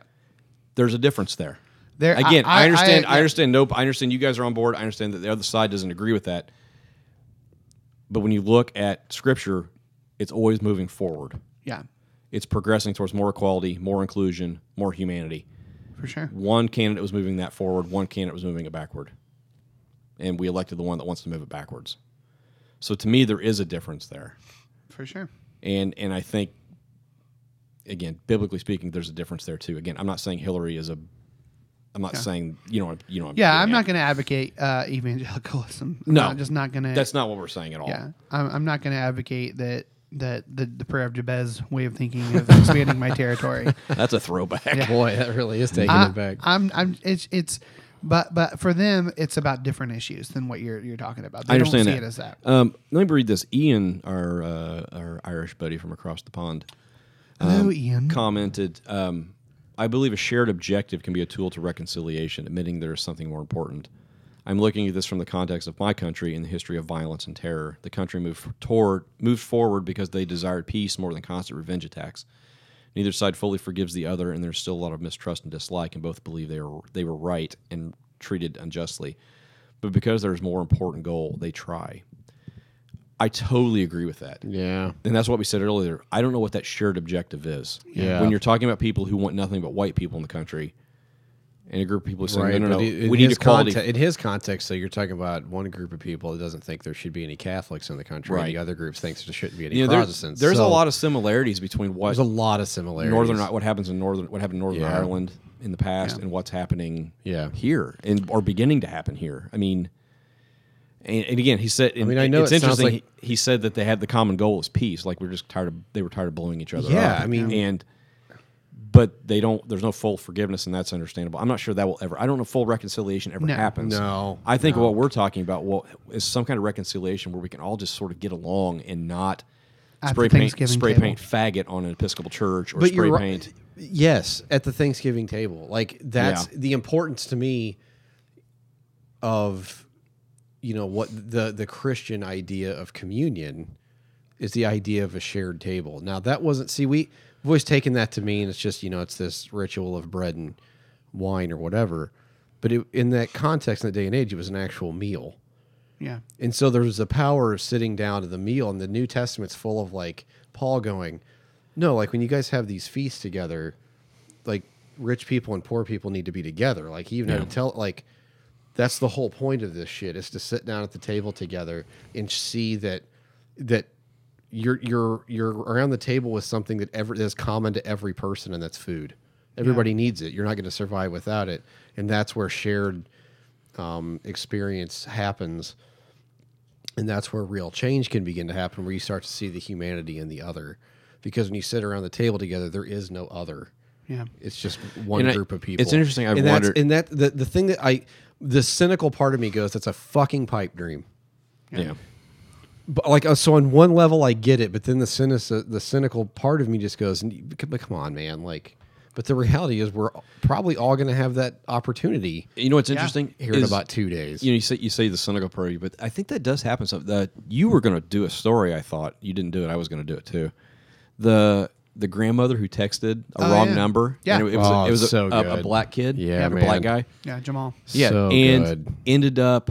There's a difference there. There Again, I, understand. I, yeah. understand. Nope. I understand. You guys are on board. I understand that the other side doesn't agree with that. But when you look at Scripture, it's always moving forward Yeah, it's progressing towards more equality, more inclusion, more humanity. for sure. One candidate was moving that forward, one candidate was moving it backward. And we elected the one that wants to move it backwards. So to me there is a difference there. For sure. And and I think again, biblically speaking, there's a difference there too. Again, I'm not saying Hillary is a I'm not saying you know you know Yeah, I'm not going to advocate uh, evangelicalism. I'm No. not- just not going to. That's not what we're saying at all. Yeah, I'm, I'm not going to advocate that that the, the prayer of Jabez way of thinking of expanding my territory. That's a throwback. Boy, that really is taking it I, back. I'm I'm it's it's. But but for them, it's about different issues than what you're you're talking about. They I understand don't see that. it as that. Um, let me read this. Ian, our uh, our Irish buddy from across the pond, Um, Hello, Ian. commented, um, I believe a shared objective can be a tool to reconciliation, admitting there is something more important. I'm looking at this from the context of my country and the history of violence and terror. The country moved f- toward moved forward because they desired peace more than constant revenge attacks. Neither side fully forgives the other, and there's still a lot of mistrust and dislike, and both believe they are they were right and treated unjustly. But because there's more important goal, they try. I totally agree with that Yeah. and that's what we said earlier. I don't know what that shared objective is. Yeah. When you're talking about people who want nothing but white people in the country, and a group of people who say, Right. no, no, but no, in- in we need his equality. conte- in his context, so you're talking about one group of people that doesn't think there should be any Catholics in the country, and Right. the other group thinks there shouldn't be any You know, there- Protestants. there's So a lot of similarities between what there's a lot of similarities. northern what happens in northern what happened in Northern Yeah. Ireland in the past and what's happening Yeah. here and or beginning to happen here. I mean. And, and again, he said. I mean, I know it's it sounds interesting. like- he, he said that they had the common goal is peace. Like we're just tired of they were tired of blowing each other Yeah, up. I mean- and but they don't. There's no full forgiveness, and that's understandable. I'm not sure that will ever. I don't know if full reconciliation ever No. happens. No. I think what we're talking about well is some kind of reconciliation where we can all just sort of get along and not At the spray paint Thanksgiving spray table. paint faggot on an Episcopal church or but spray you're ri- paint. Yes, at the Thanksgiving table. Like that's Yeah. the importance to me of you know what the the Christian idea of communion is the idea of a shared table. Now that wasn't see we we've always taken that to mean it's just you know it's this ritual of bread and wine or whatever. But it, in that context, in that day and age, it was an actual meal. yeah, And so there was the power of sitting down to the meal, and the New Testament's full of like Paul going, No, like when you guys have these feasts together, like rich people and poor people need to be together. Like he even had to tell like that's the whole point of this shit is to sit down at the table together and see that that you're you're you're around the table with something that ever that's common to every person and that's food. Everybody needs it. You're not going to survive without it. And that's where shared um, experience happens and that's where real change can begin to happen where you start to see the humanity in the other because when you sit around the table together there is no other yeah, it's just one And I- group of people it's interesting, I've and that's- wondered- and that the, the thing that i the cynical part of me goes that's a fucking pipe dream Yeah. but like uh, so on one level i get it but then the cynic the cynical part of me just goes "N- c- but come on man like but the reality is we're probably all going to have that opportunity You know what's interesting here in is- about two days You know, you say you say the cynical party, but I think that does happen. Something that you were going to do a story. I thought you didn't do it. I was going to do it too. The the grandmother who texted a Oh, wrong yeah. number. Yeah. and it, it was, a- Oh, it was a, so a- a good. black kid. Yeah, a black man. guy. yeah. Jamal, Yeah, So and good. ended up.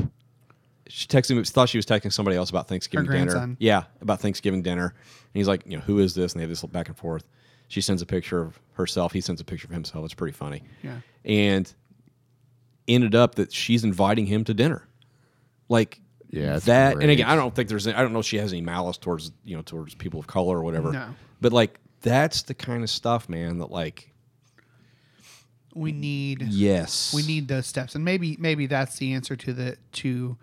She texted me. Thought she was texting somebody else about Thanksgiving dinner. grandson. Yeah, about Thanksgiving dinner. And he's like, you know, who is this? And they have this back and forth. She sends a picture of herself. He sends a picture of himself. It's pretty funny. Yeah. And ended up that she's inviting him to dinner. Like Yeah, it's that. And great. again, I don't think there's. Any, I don't know if she has any malice towards you know towards people of color or whatever. No. But like that's the kind of stuff, man. That like we need yes, we need those steps, and maybe maybe that's the answer to the to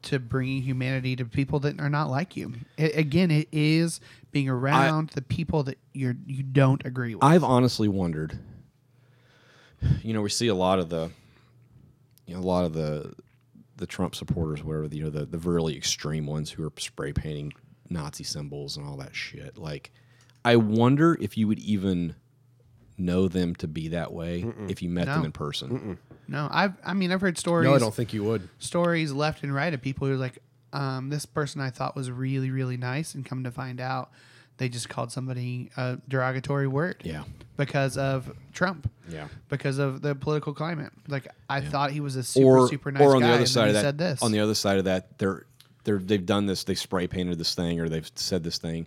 to bringing humanity to people that are not like you. A- again, it is being around the people that you're you don't agree with. I've honestly wondered. You know, we see a lot of the, you know, a lot of the, the Trump supporters, whatever the, you know, the the really extreme ones who are spray painting Nazi symbols and all that shit. Like, I wonder if you would even know them to be that way if you met No. them in person. no, I've I mean I've heard stories No, I don't think you would. stories left and right of people who are like, um, this person I thought was really really nice, and come to find out, they just called somebody a derogatory word. Yeah. because of Trump. Yeah. Because of the political climate, like I thought he was a super or super nice or on guy, the and other then side he of that, said this. on the other side of that, they're they're they've done this, they spray painted this thing, or they've said this thing,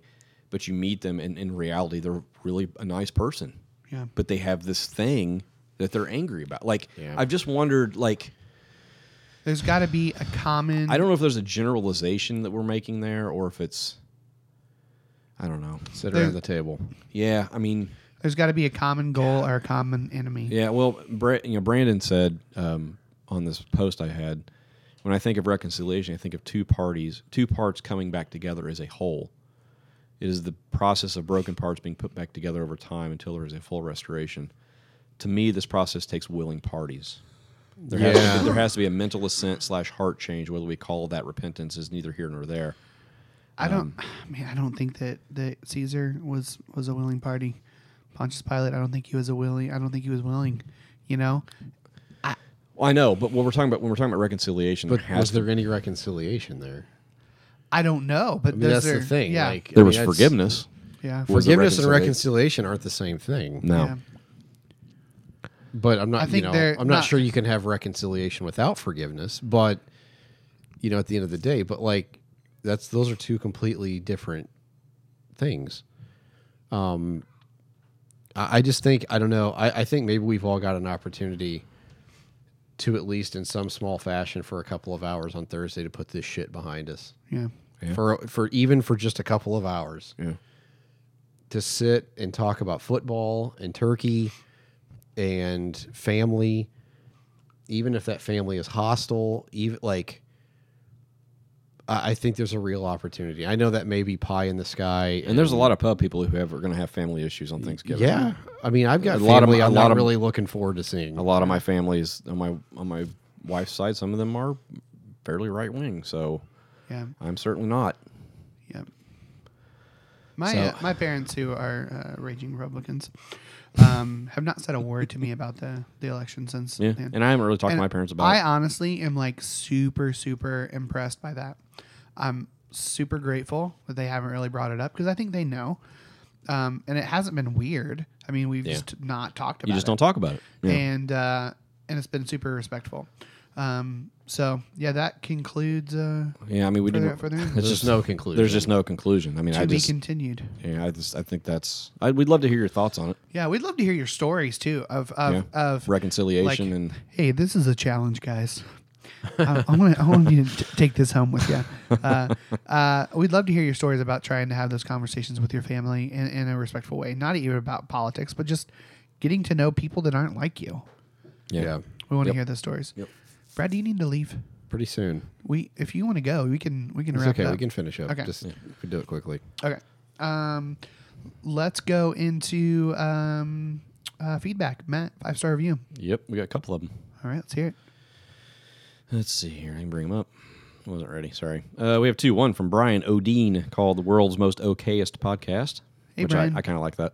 but you meet them, and in reality, they're really a nice person. Yeah. But they have this thing that they're angry about. Like Yeah. I've just wondered, like There's got to be a common. I don't know if there's a generalization that we're making there, or if it's I don't know. Sit There- around the table. Yeah, I mean, There's got to be a common goal or a common enemy. Yeah, well, Bra- you know, Brandon said um, on this post I had, when I think of reconciliation, I think of two parties, two parts coming back together as a whole. It is the process of broken parts being put back together over time until there is a full restoration. To me, this process takes willing parties. There, has, to Yeah. be, there has to be a mental assent slash heart change. Whether we call that repentance is neither here nor there. I don't. man, I don't think that that Caesar was was a willing party. Pontius Pilate. I don't think he was a willing. I don't think he was willing. You know. Well, I know, but when we're talking about when we're talking about reconciliation, But there has was to there any reconciliation there? I don't know, but I mean, there's that's there- the thing. Yeah, Like, I there mean, was that's- forgiveness. yeah. Was there Forgiveness and reconcilia- reconciliation aren't the same thing. No, yeah. But I'm not. I think you know, they're I'm not, not- sure you can have reconciliation without forgiveness. But you know, at the end of the day, but like that's those are two completely different things. Um, I, I just think I don't know. I, I think maybe we've all got an opportunity to at least in some small fashion for a couple of hours on Thursday to put this shit behind us. Yeah. Yeah. For for even for just a couple of hours. Yeah. to sit and talk about football and turkey and family, even if that family is hostile, even like I, I think there's a real opportunity. I know that may be pie in the sky. And there's a lot of pub people who have are going to have family issues on Thanksgiving. yeah. I mean, I've got A lot of family my- a I'm lot not of- really looking forward to seeing. a lot of my families on my on my wife's side, some of them are fairly right wing. So Yeah. I'm certainly not. Yeah. My So- uh, my parents, who are uh, raging Republicans, um, have not said a word to me about the the election since. Yeah, then. and I haven't really talked to my And parents about. I it. honestly am like super, super impressed by that. I'm super grateful that they haven't really brought it up because I think they know. Um, and it hasn't been weird. I mean, we've Yeah. just not talked about You just it. don't talk about it. Yeah. And uh, and it's been super respectful. Um, so yeah, that concludes uh, yeah, I mean, we further- didn't. further in. it's There's just no conclusion. There's just no conclusion. I mean, to I be just. continued. yeah, I just. I think that's. I, we'd love to hear your thoughts on it. Yeah, we'd love to hear your stories too of of, Yeah. of Reconciliation like, and hey, this is a challenge, guys. I, I want to. I want you to t- take this home with you. Uh, uh, we'd love to hear your stories about trying to have those conversations with your family in, in a respectful way, not even about politics, but just getting to know people that aren't like you. yeah. yeah. We want to Yep. hear those stories. Yep. Brad, do you need to leave? Pretty soon. We, if you want to go, we can. We can It's wrap it okay. up. We can finish up. Okay. Just we can do it quickly. Okay. Um, let's go into um, uh, feedback. Matt, five star review. Yep. We got a couple of them. All right, let's hear it. Let's see here. I can bring them up. I wasn't ready. Sorry. Uh, we have two. One from Brian Odine called The World's Most Okayest Podcast, Hey, which Brian. I, I kind of like that.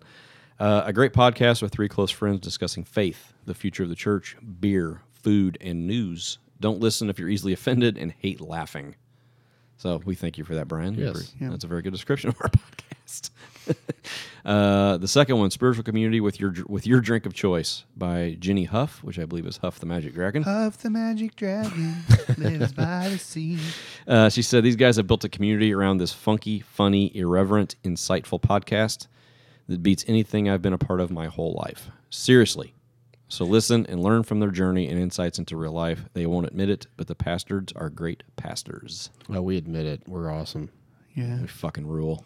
Uh, a great podcast with three close friends discussing faith, the future of the church, beer, food, and news. Don't listen if you're easily offended and hate laughing. So we thank you for that, Brian. We Yes. appre- Yeah. That's a very good description of our podcast. uh, the second one, Spiritual Community with Your Dr- with Your Drink of Choice by Jenny Huff, which I believe is Huff the Magic Dragon. Of the magic dragon lives by the sea. Uh, she said, These guys have built a community around this funky, funny, irreverent, insightful podcast that beats anything I've been a part of my whole life. Seriously. So listen and learn from their journey and insights into real life. They won't admit it, but the pastards are great pastors. Oh, we admit it. We're awesome. Yeah, We fucking rule.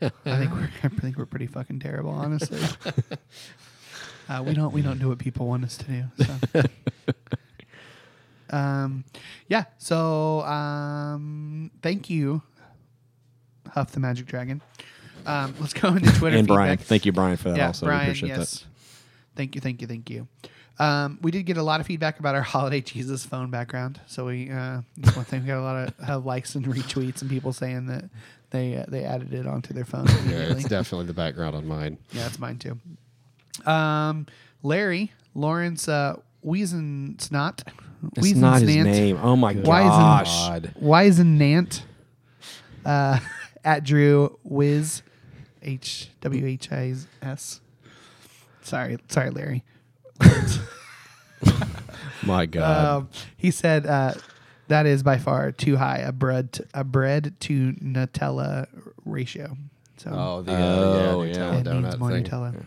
I think we're I think we're pretty fucking terrible, honestly. uh, we don't we don't do what people want us to do. So. Um, yeah. So um, thank you, Huff the Magic Dragon. Um, let's go into Twitter and feedback. Brian, thank you, Brian, for that. Yeah, also, we Brian. appreciate Yes. Thank you. Thank you. Thank you. Um, we did get a lot of feedback about our holiday Jesus phone background. So we uh, that's one thing we got a lot of uh, likes and retweets and people saying that they uh, they added it onto their phone. Yeah, immediately. it's definitely the background on mine. Yeah, that's mine too. Um, Larry Lawrence uh, Wiesensnot. that. It's not his name. Oh my gosh! Wiesen, Wiesennant. Uh, at Drew Wiz, H W H I S. Sorry, sorry, Larry. My God. Um, he said uh, that is by far too high a bread to, a bread to Nutella ratio. So oh, the Oh, uh, yeah. yeah, It Nutella it needs more donut thing. Nutella.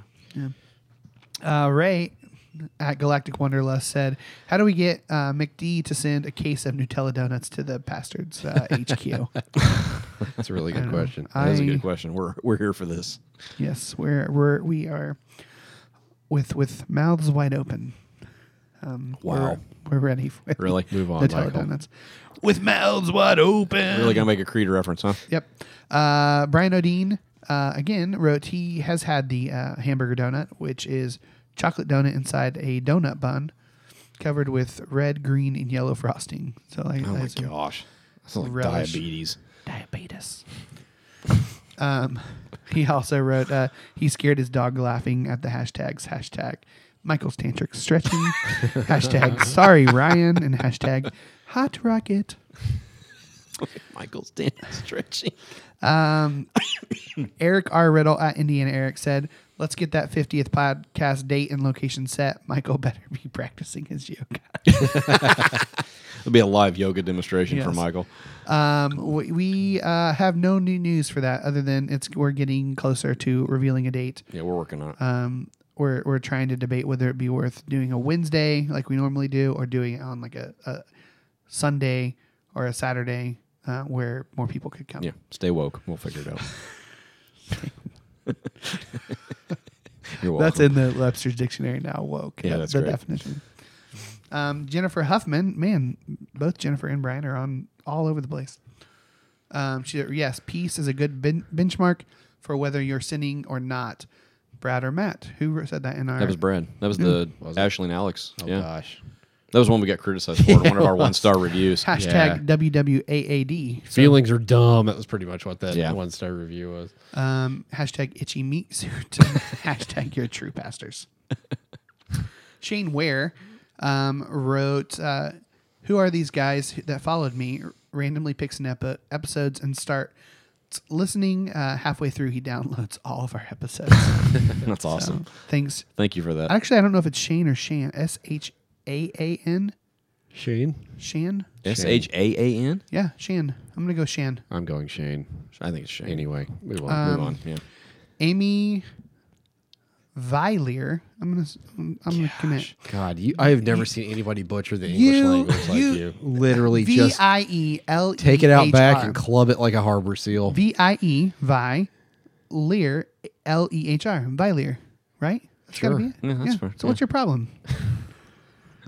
Yeah. Uh, Ray at Galactic Wanderlust said, "How do we get uh, McD to send a case of Nutella donuts to the bastards uh, HQ?" That's a really good question. That is a I- good question. We're we're here for this. Yes, we're we're we are with with mouths wide open. Um, Wow. we're, we're ready for Really? Move on, Nutella Michael. donuts with mouths wide open. Really gonna make a Creed reference, huh? Yep. Uh, Brian O'Dean uh, again wrote he has had the uh, hamburger donut, which is chocolate donut inside a donut bun covered with red, green, and yellow frosting. So like, Oh my that's some gosh! That's like relish. diabetes. diabetes. um, he also wrote uh, he scared his dog laughing at the hashtags hashtag Michael's tantric stretching hashtag sorry Ryan and hashtag hot rocket. Michael's dance stretching. Eric R. Riddle at Indiana Eric said, Let's get that 50th podcast date and location set. Michael better be practicing his yoga. It'll be a live yoga demonstration for Yes. Michael. Um, we we uh, have no new news for that other than it's we're getting closer to revealing a date. Yeah, we're working on it. Um, we're, we're trying to debate whether it be worth doing a Wednesday like we normally do or doing it on like a, a Sunday or a Saturday uh, where more people could come. yeah, stay woke. We'll figure it out. You're welcome. That's in the Webster's dictionary now. Woke. Yeah, That- that's the great. definition. Um, Jennifer Huffman, man, both Jennifer and Brian are on all over the place. Um, she yes, peace is a good ben- benchmark for whether you're sinning or not. Brad or Matt, who said that in our That was Brad. That was the Was it? Ashley and Alex. Oh yeah, gosh. that was one we got criticized for. in one of our one star reviews. Yeah. hashtag WWAAD Feelings are dumb. That was pretty much what that Yeah. one star review was. Um, hashtag itchy meat suit. hashtag your true pastors. Shane Ware um, wrote, uh, "Who are these guys who- that followed me? Randomly picks an epi- episodes and start listening. Uh, halfway through, he downloads all of our episodes. That's awesome. Thanks. Thank you for that. Actually, I don't know if it's Shane or Shan. S H A A N. Shane. Shan. S H A A N. Yeah, Shan. I'm gonna go Shan. I'm going Shane. I think it's Shane. Anyway, move on. Move on. Yeah. Amy Vilier. I'm gonna. s- I'm gonna commit. God, you, I have never seen anybody butcher the English You- language like you- you. Literally, V just I E L E take it out back H R. and club it like a harbor seal. V I E Vi Lear L E H R Vilear, right? That's Sure. gotta be it. Yeah, that's fair. So what's your problem?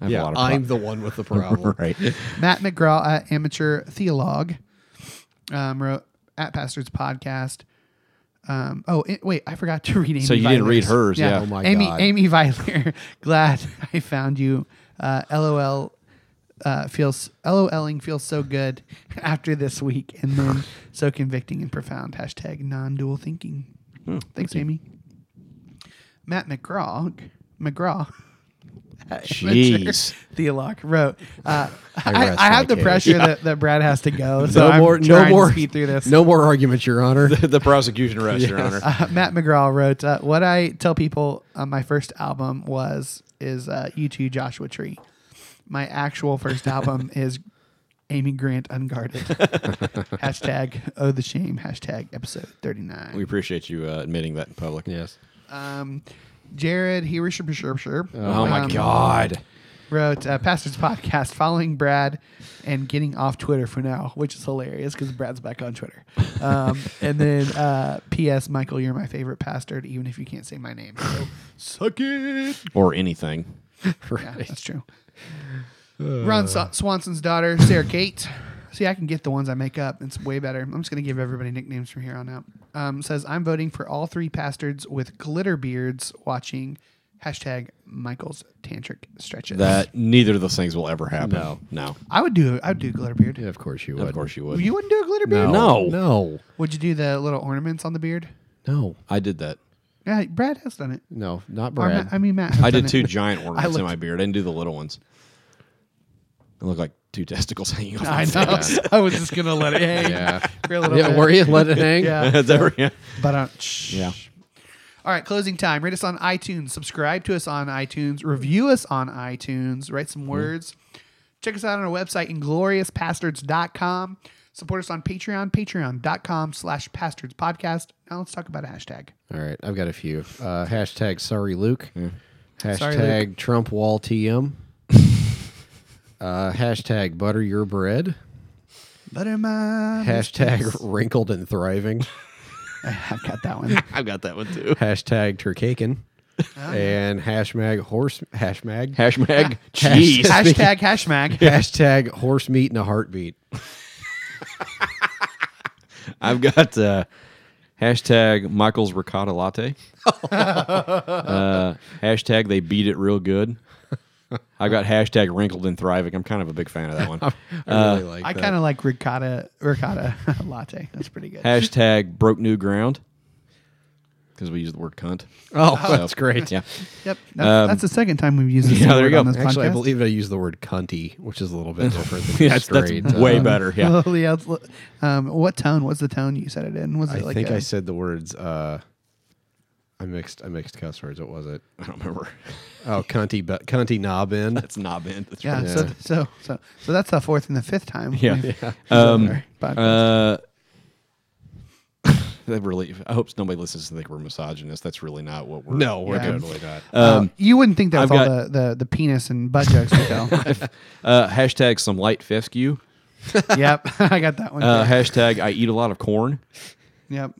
I have a lot of I'm the one with the problem. pro- right. Matt McGraw at Amateur Theologue um, wrote at Pastor's Podcast. Um, oh it, wait, I forgot to read. Amy So you didn't read Viler's. hers, yeah. Oh my Amy, God. Amy Viler. Glad I found you. Uh, LOL. Uh, feels LOLing feels so good after this week, and then so convicting and profound. Hashtag non-dual thinking. Hmm, Thanks, Amy. Matt McGraw. McGraw. Jeez. Theologue wrote. Uh, I I, rest I my have the case. pressure that, that Brad has to go. So no I'm more, trying no more, to speed through this. no more arguments, Your Honor. the prosecution arrest, Your Honor. Uh, Matt McGraw wrote, uh, "What I tell people on my first album was is uh, U2 Joshua Tree. My actual first album is Amy Grant Unguarded. hashtag Oh the Shame. Hashtag Episode Thirty we Nine. appreciate you uh, admitting that in public. yes. Um, Jared Hirishabashabashab. Oh um, my God. Wrote uh, Pastor's podcast, following Brad and getting off Twitter for now, which is hilarious because Brad's back on Twitter. Um, and then uh, P.S. Michael, you're my favorite pastor, even if you can't say my name. So Suck it. Or anything. Yeah, Right. that's true. Ron Sa- Swanson's daughter, Sarah Kate. See, I can get the ones I make up. It's way better. I'm just going to give everybody nicknames from here on out. Um, says, I'm voting for all three pastards with glitter beards watching hashtag Michael's tantric stretches. That neither of those things will ever happen. No, no. I would do. I would do a glitter beard. Yeah, of course you would. Of course you would. You wouldn't do a glitter beard. No. No. Would you do the little ornaments on the beard? No. I did that. Yeah, Brad has done it. No. Not Or Brad. Ma- I mean, Matt. Has I done did it. two giant ornaments in looked- my beard. I didn't do the little ones. It looked like two testicles hanging off. I my know. I was just gonna let it hang. yeah. For a little yeah. bit. Were you let it hang? Yeah. That's every- yeah. But uh, Yeah. All right, closing time. Rate us on iTunes. Subscribe to us on iTunes. Review us on iTunes. Write some words. Check us out on our website, ingloriouspastards.com. Support us on Patreon, patreon.com slash pastards podcast. Now let's talk about a hashtag. All right. I've got a few. Uh, hashtag sorry Luke. Hashtag Sorry, Trump wall TM. uh, hashtag butter your bread. Butter my Hashtag wrinkled and thriving. I've got that one. I've got that one too. hashtag turcaken. Ah. And hashtag horse hashtag Hashmag cheese. hashtag hashmag. hashtag horse meat in a heartbeat. I've got uh, hashtag Michael's ricotta latte. uh, hashtag they beat it real good. I've got hashtag wrinkled and thriving. I'm kind of a big fan of that one. I really like I that. kind of like ricotta ricotta latte. That's pretty good. hashtag broke new ground because we use the word cunt. Oh, that's great. Yeah. Yep. That's, that's the second time we've used this um, Yeah, there word you on go. this Actually, I podcast. believe I used the word cunty, which is a little bit different than Yeah, that's, that's straight. way Uh, better. Yeah. Totally else- um, what tone? What's the tone you said it in? Was I it like think a- I said the words. Uh, I mixed. I mixed cuss words. What was it? I don't remember. Oh, cunty, but cunty knob in. That's not been. That's yeah, right. So so so so that's the fourth and the fifth time. Yeah. we've- Yeah. we've done Um, our podcast. Uh, that really. I hope nobody listens to think we're misogynist. That's really not what we're. No, we're Yeah. totally not. Uh, you wouldn't think that was um, I've all got- the, the the penis and butt jokes we tell. Uh, hashtag some light fescue. yep, I got that one. Uh, hashtag I eat a lot of corn. yep.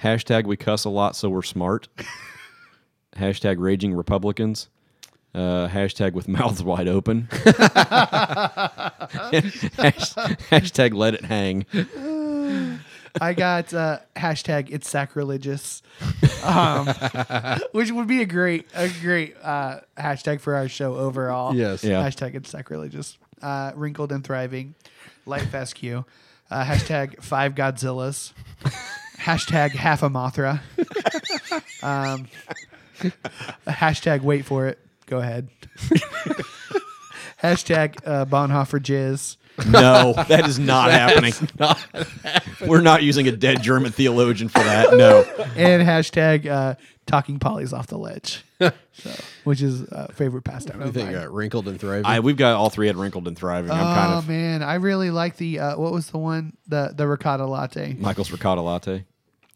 Hashtag we cuss a lot so we're smart. hashtag raging Republicans. Uh, hashtag with mouths wide open. Hash- hashtag let it hang. I got uh, hashtag it's sacrilegious, um, which would be a great a great uh, hashtag for our show overall. Yes. Yeah. Hashtag it's sacrilegious. Uh, wrinkled and thriving, life askew. Uh, hashtag five Godzillas. hashtag half a Mothra. um, hashtag wait for it. Go ahead. hashtag uh, Bonhoeffer jizz. No, that is not happening. We're not using a dead German theologian for that. No. and hashtag uh, talking polys off the ledge, so, which is uh, favorite pastime. I Of think mine. uh, wrinkled and thriving. I, we've got all three at Wrinkled and Thriving. I'm kind oh of man, I really like the uh, what was the one the the ricotta latte. Michael's ricotta latte.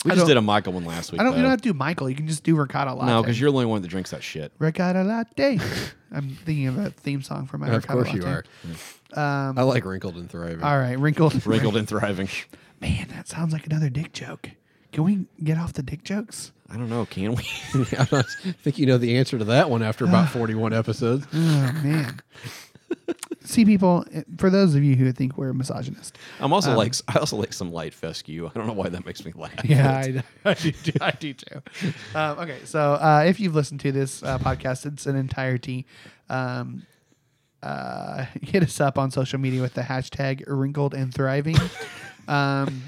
We I just don't- did a Michael one last week. I don't. You though. don't have to do Michael. You can just do ricotta latte. no, because you're the only one that drinks that shit. ricotta latte. I'm thinking of a theme song for my of ricotta course latte. you are. Um, I like wrinkled and thriving. All right, wrinkled. Wrinkled and Thriving. Man, that sounds like another dick joke. Can we get off the dick jokes? I don't know. Can we? I don't think you know the answer to that one after about 41 episodes. Oh man. See, people. For those of you who think we're misogynist, I'm also Um, like I also like some light fescue. I don't know why that makes me laugh. Yeah, I, I do, too. I do too. Um, okay, so uh, if you've listened to this uh, podcast, it's an entirety. Um, uh, hit us up on social media with the hashtag wrinkled and thriving. um,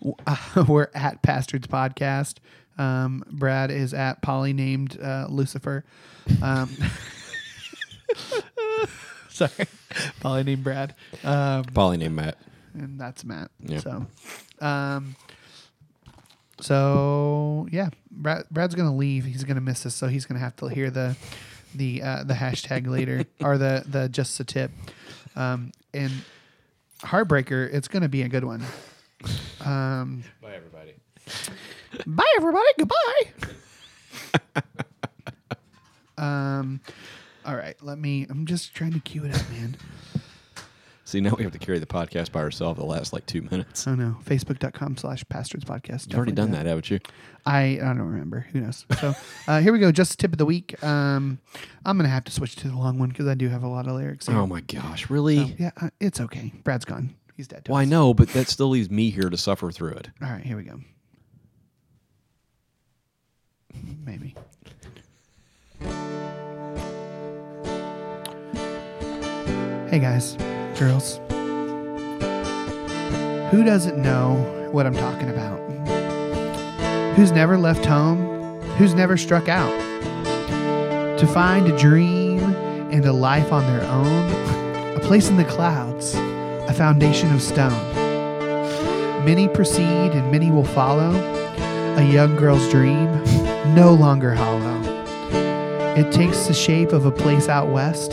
w- uh, we're at Pastards Podcast. Um, Brad is at Polly named uh, Lucifer. Um, sorry, Polly named Brad. Um, Polly named Matt. and that's Matt. Yeah. So, um, so yeah, Brad, Brad's gonna leave. He's gonna miss this, so he's gonna have to hear the the uh, the hashtag later or the the just a tip. Um, and heartbreaker, it's gonna be a good one. Um, Bye everybody. bye everybody. Goodbye. um, all right. Let me. I'm just trying to cue it up, man. See, now we have to carry the podcast by ourselves the last like two minutes. Oh no, facebook.com slash pastors podcast. You've already done that, haven't you? I, I don't remember. Who knows? So uh, here we go. Just tip of the week. Um, I'm going to have to switch to the long one because I do have a lot of lyrics. here. Oh my gosh, really? Yeah, uh, it's okay. Brad's gone. He's dead. To Well, I us. know, but that still leaves me here to suffer through it. All right, here we go. Maybe. Hey guys, girls. Who doesn't know what I'm talking about? Who's never left home? Who's never struck out? To find a dream and a life on their own, a place in the clouds, a foundation of stone. Many proceed and many will follow. A young girl's dream, no longer hollow. It takes the shape of a place out west,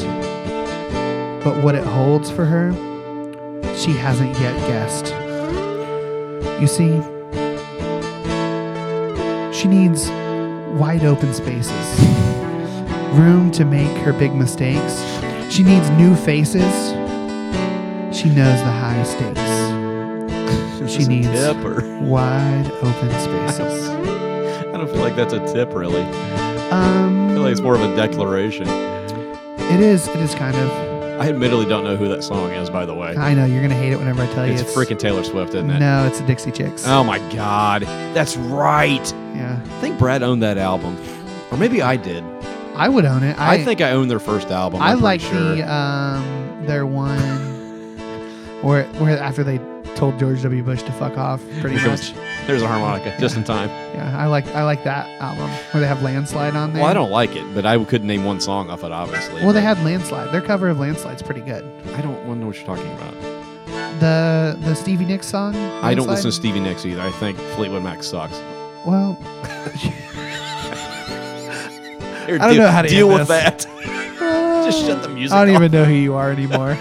but what it holds for her, she hasn't yet guessed. You see, she needs wide open spaces, room to make her big mistakes. She needs new faces. She knows the high stakes she needs Tipper. wide open spaces. I don't feel like that's a tip, really. I feel like Um, it's more of a declaration. it is. It is kind of. I admittedly don't know who that song is, by the way. I know you're gonna hate it whenever I tell you. It's freaking Taylor Swift, isn't it? No, it's the Dixie Chicks. Oh my God, that's right. Yeah, I think Brad owned that album, or maybe I did. I would own it. I, I, think I owned their first album. I I'm pretty like sure. the um their one where where after they told George W. Bush to fuck off, pretty much. There's a harmonica just in time. uh, Yeah, I like I like that album where they have landslide on there. Well, I don't like it, but I couldn't name one song off it, obviously. Well, they but had landslide. Their cover of landslide's pretty good. I don't want to know what you're talking about. The the Stevie Nicks song. I don't Landslide? listen to Stevie Nicks either. I think Fleetwood Mac sucks. Well, I don't know how to deal end with this. that. just shut the music. I don't off. even know who you are anymore.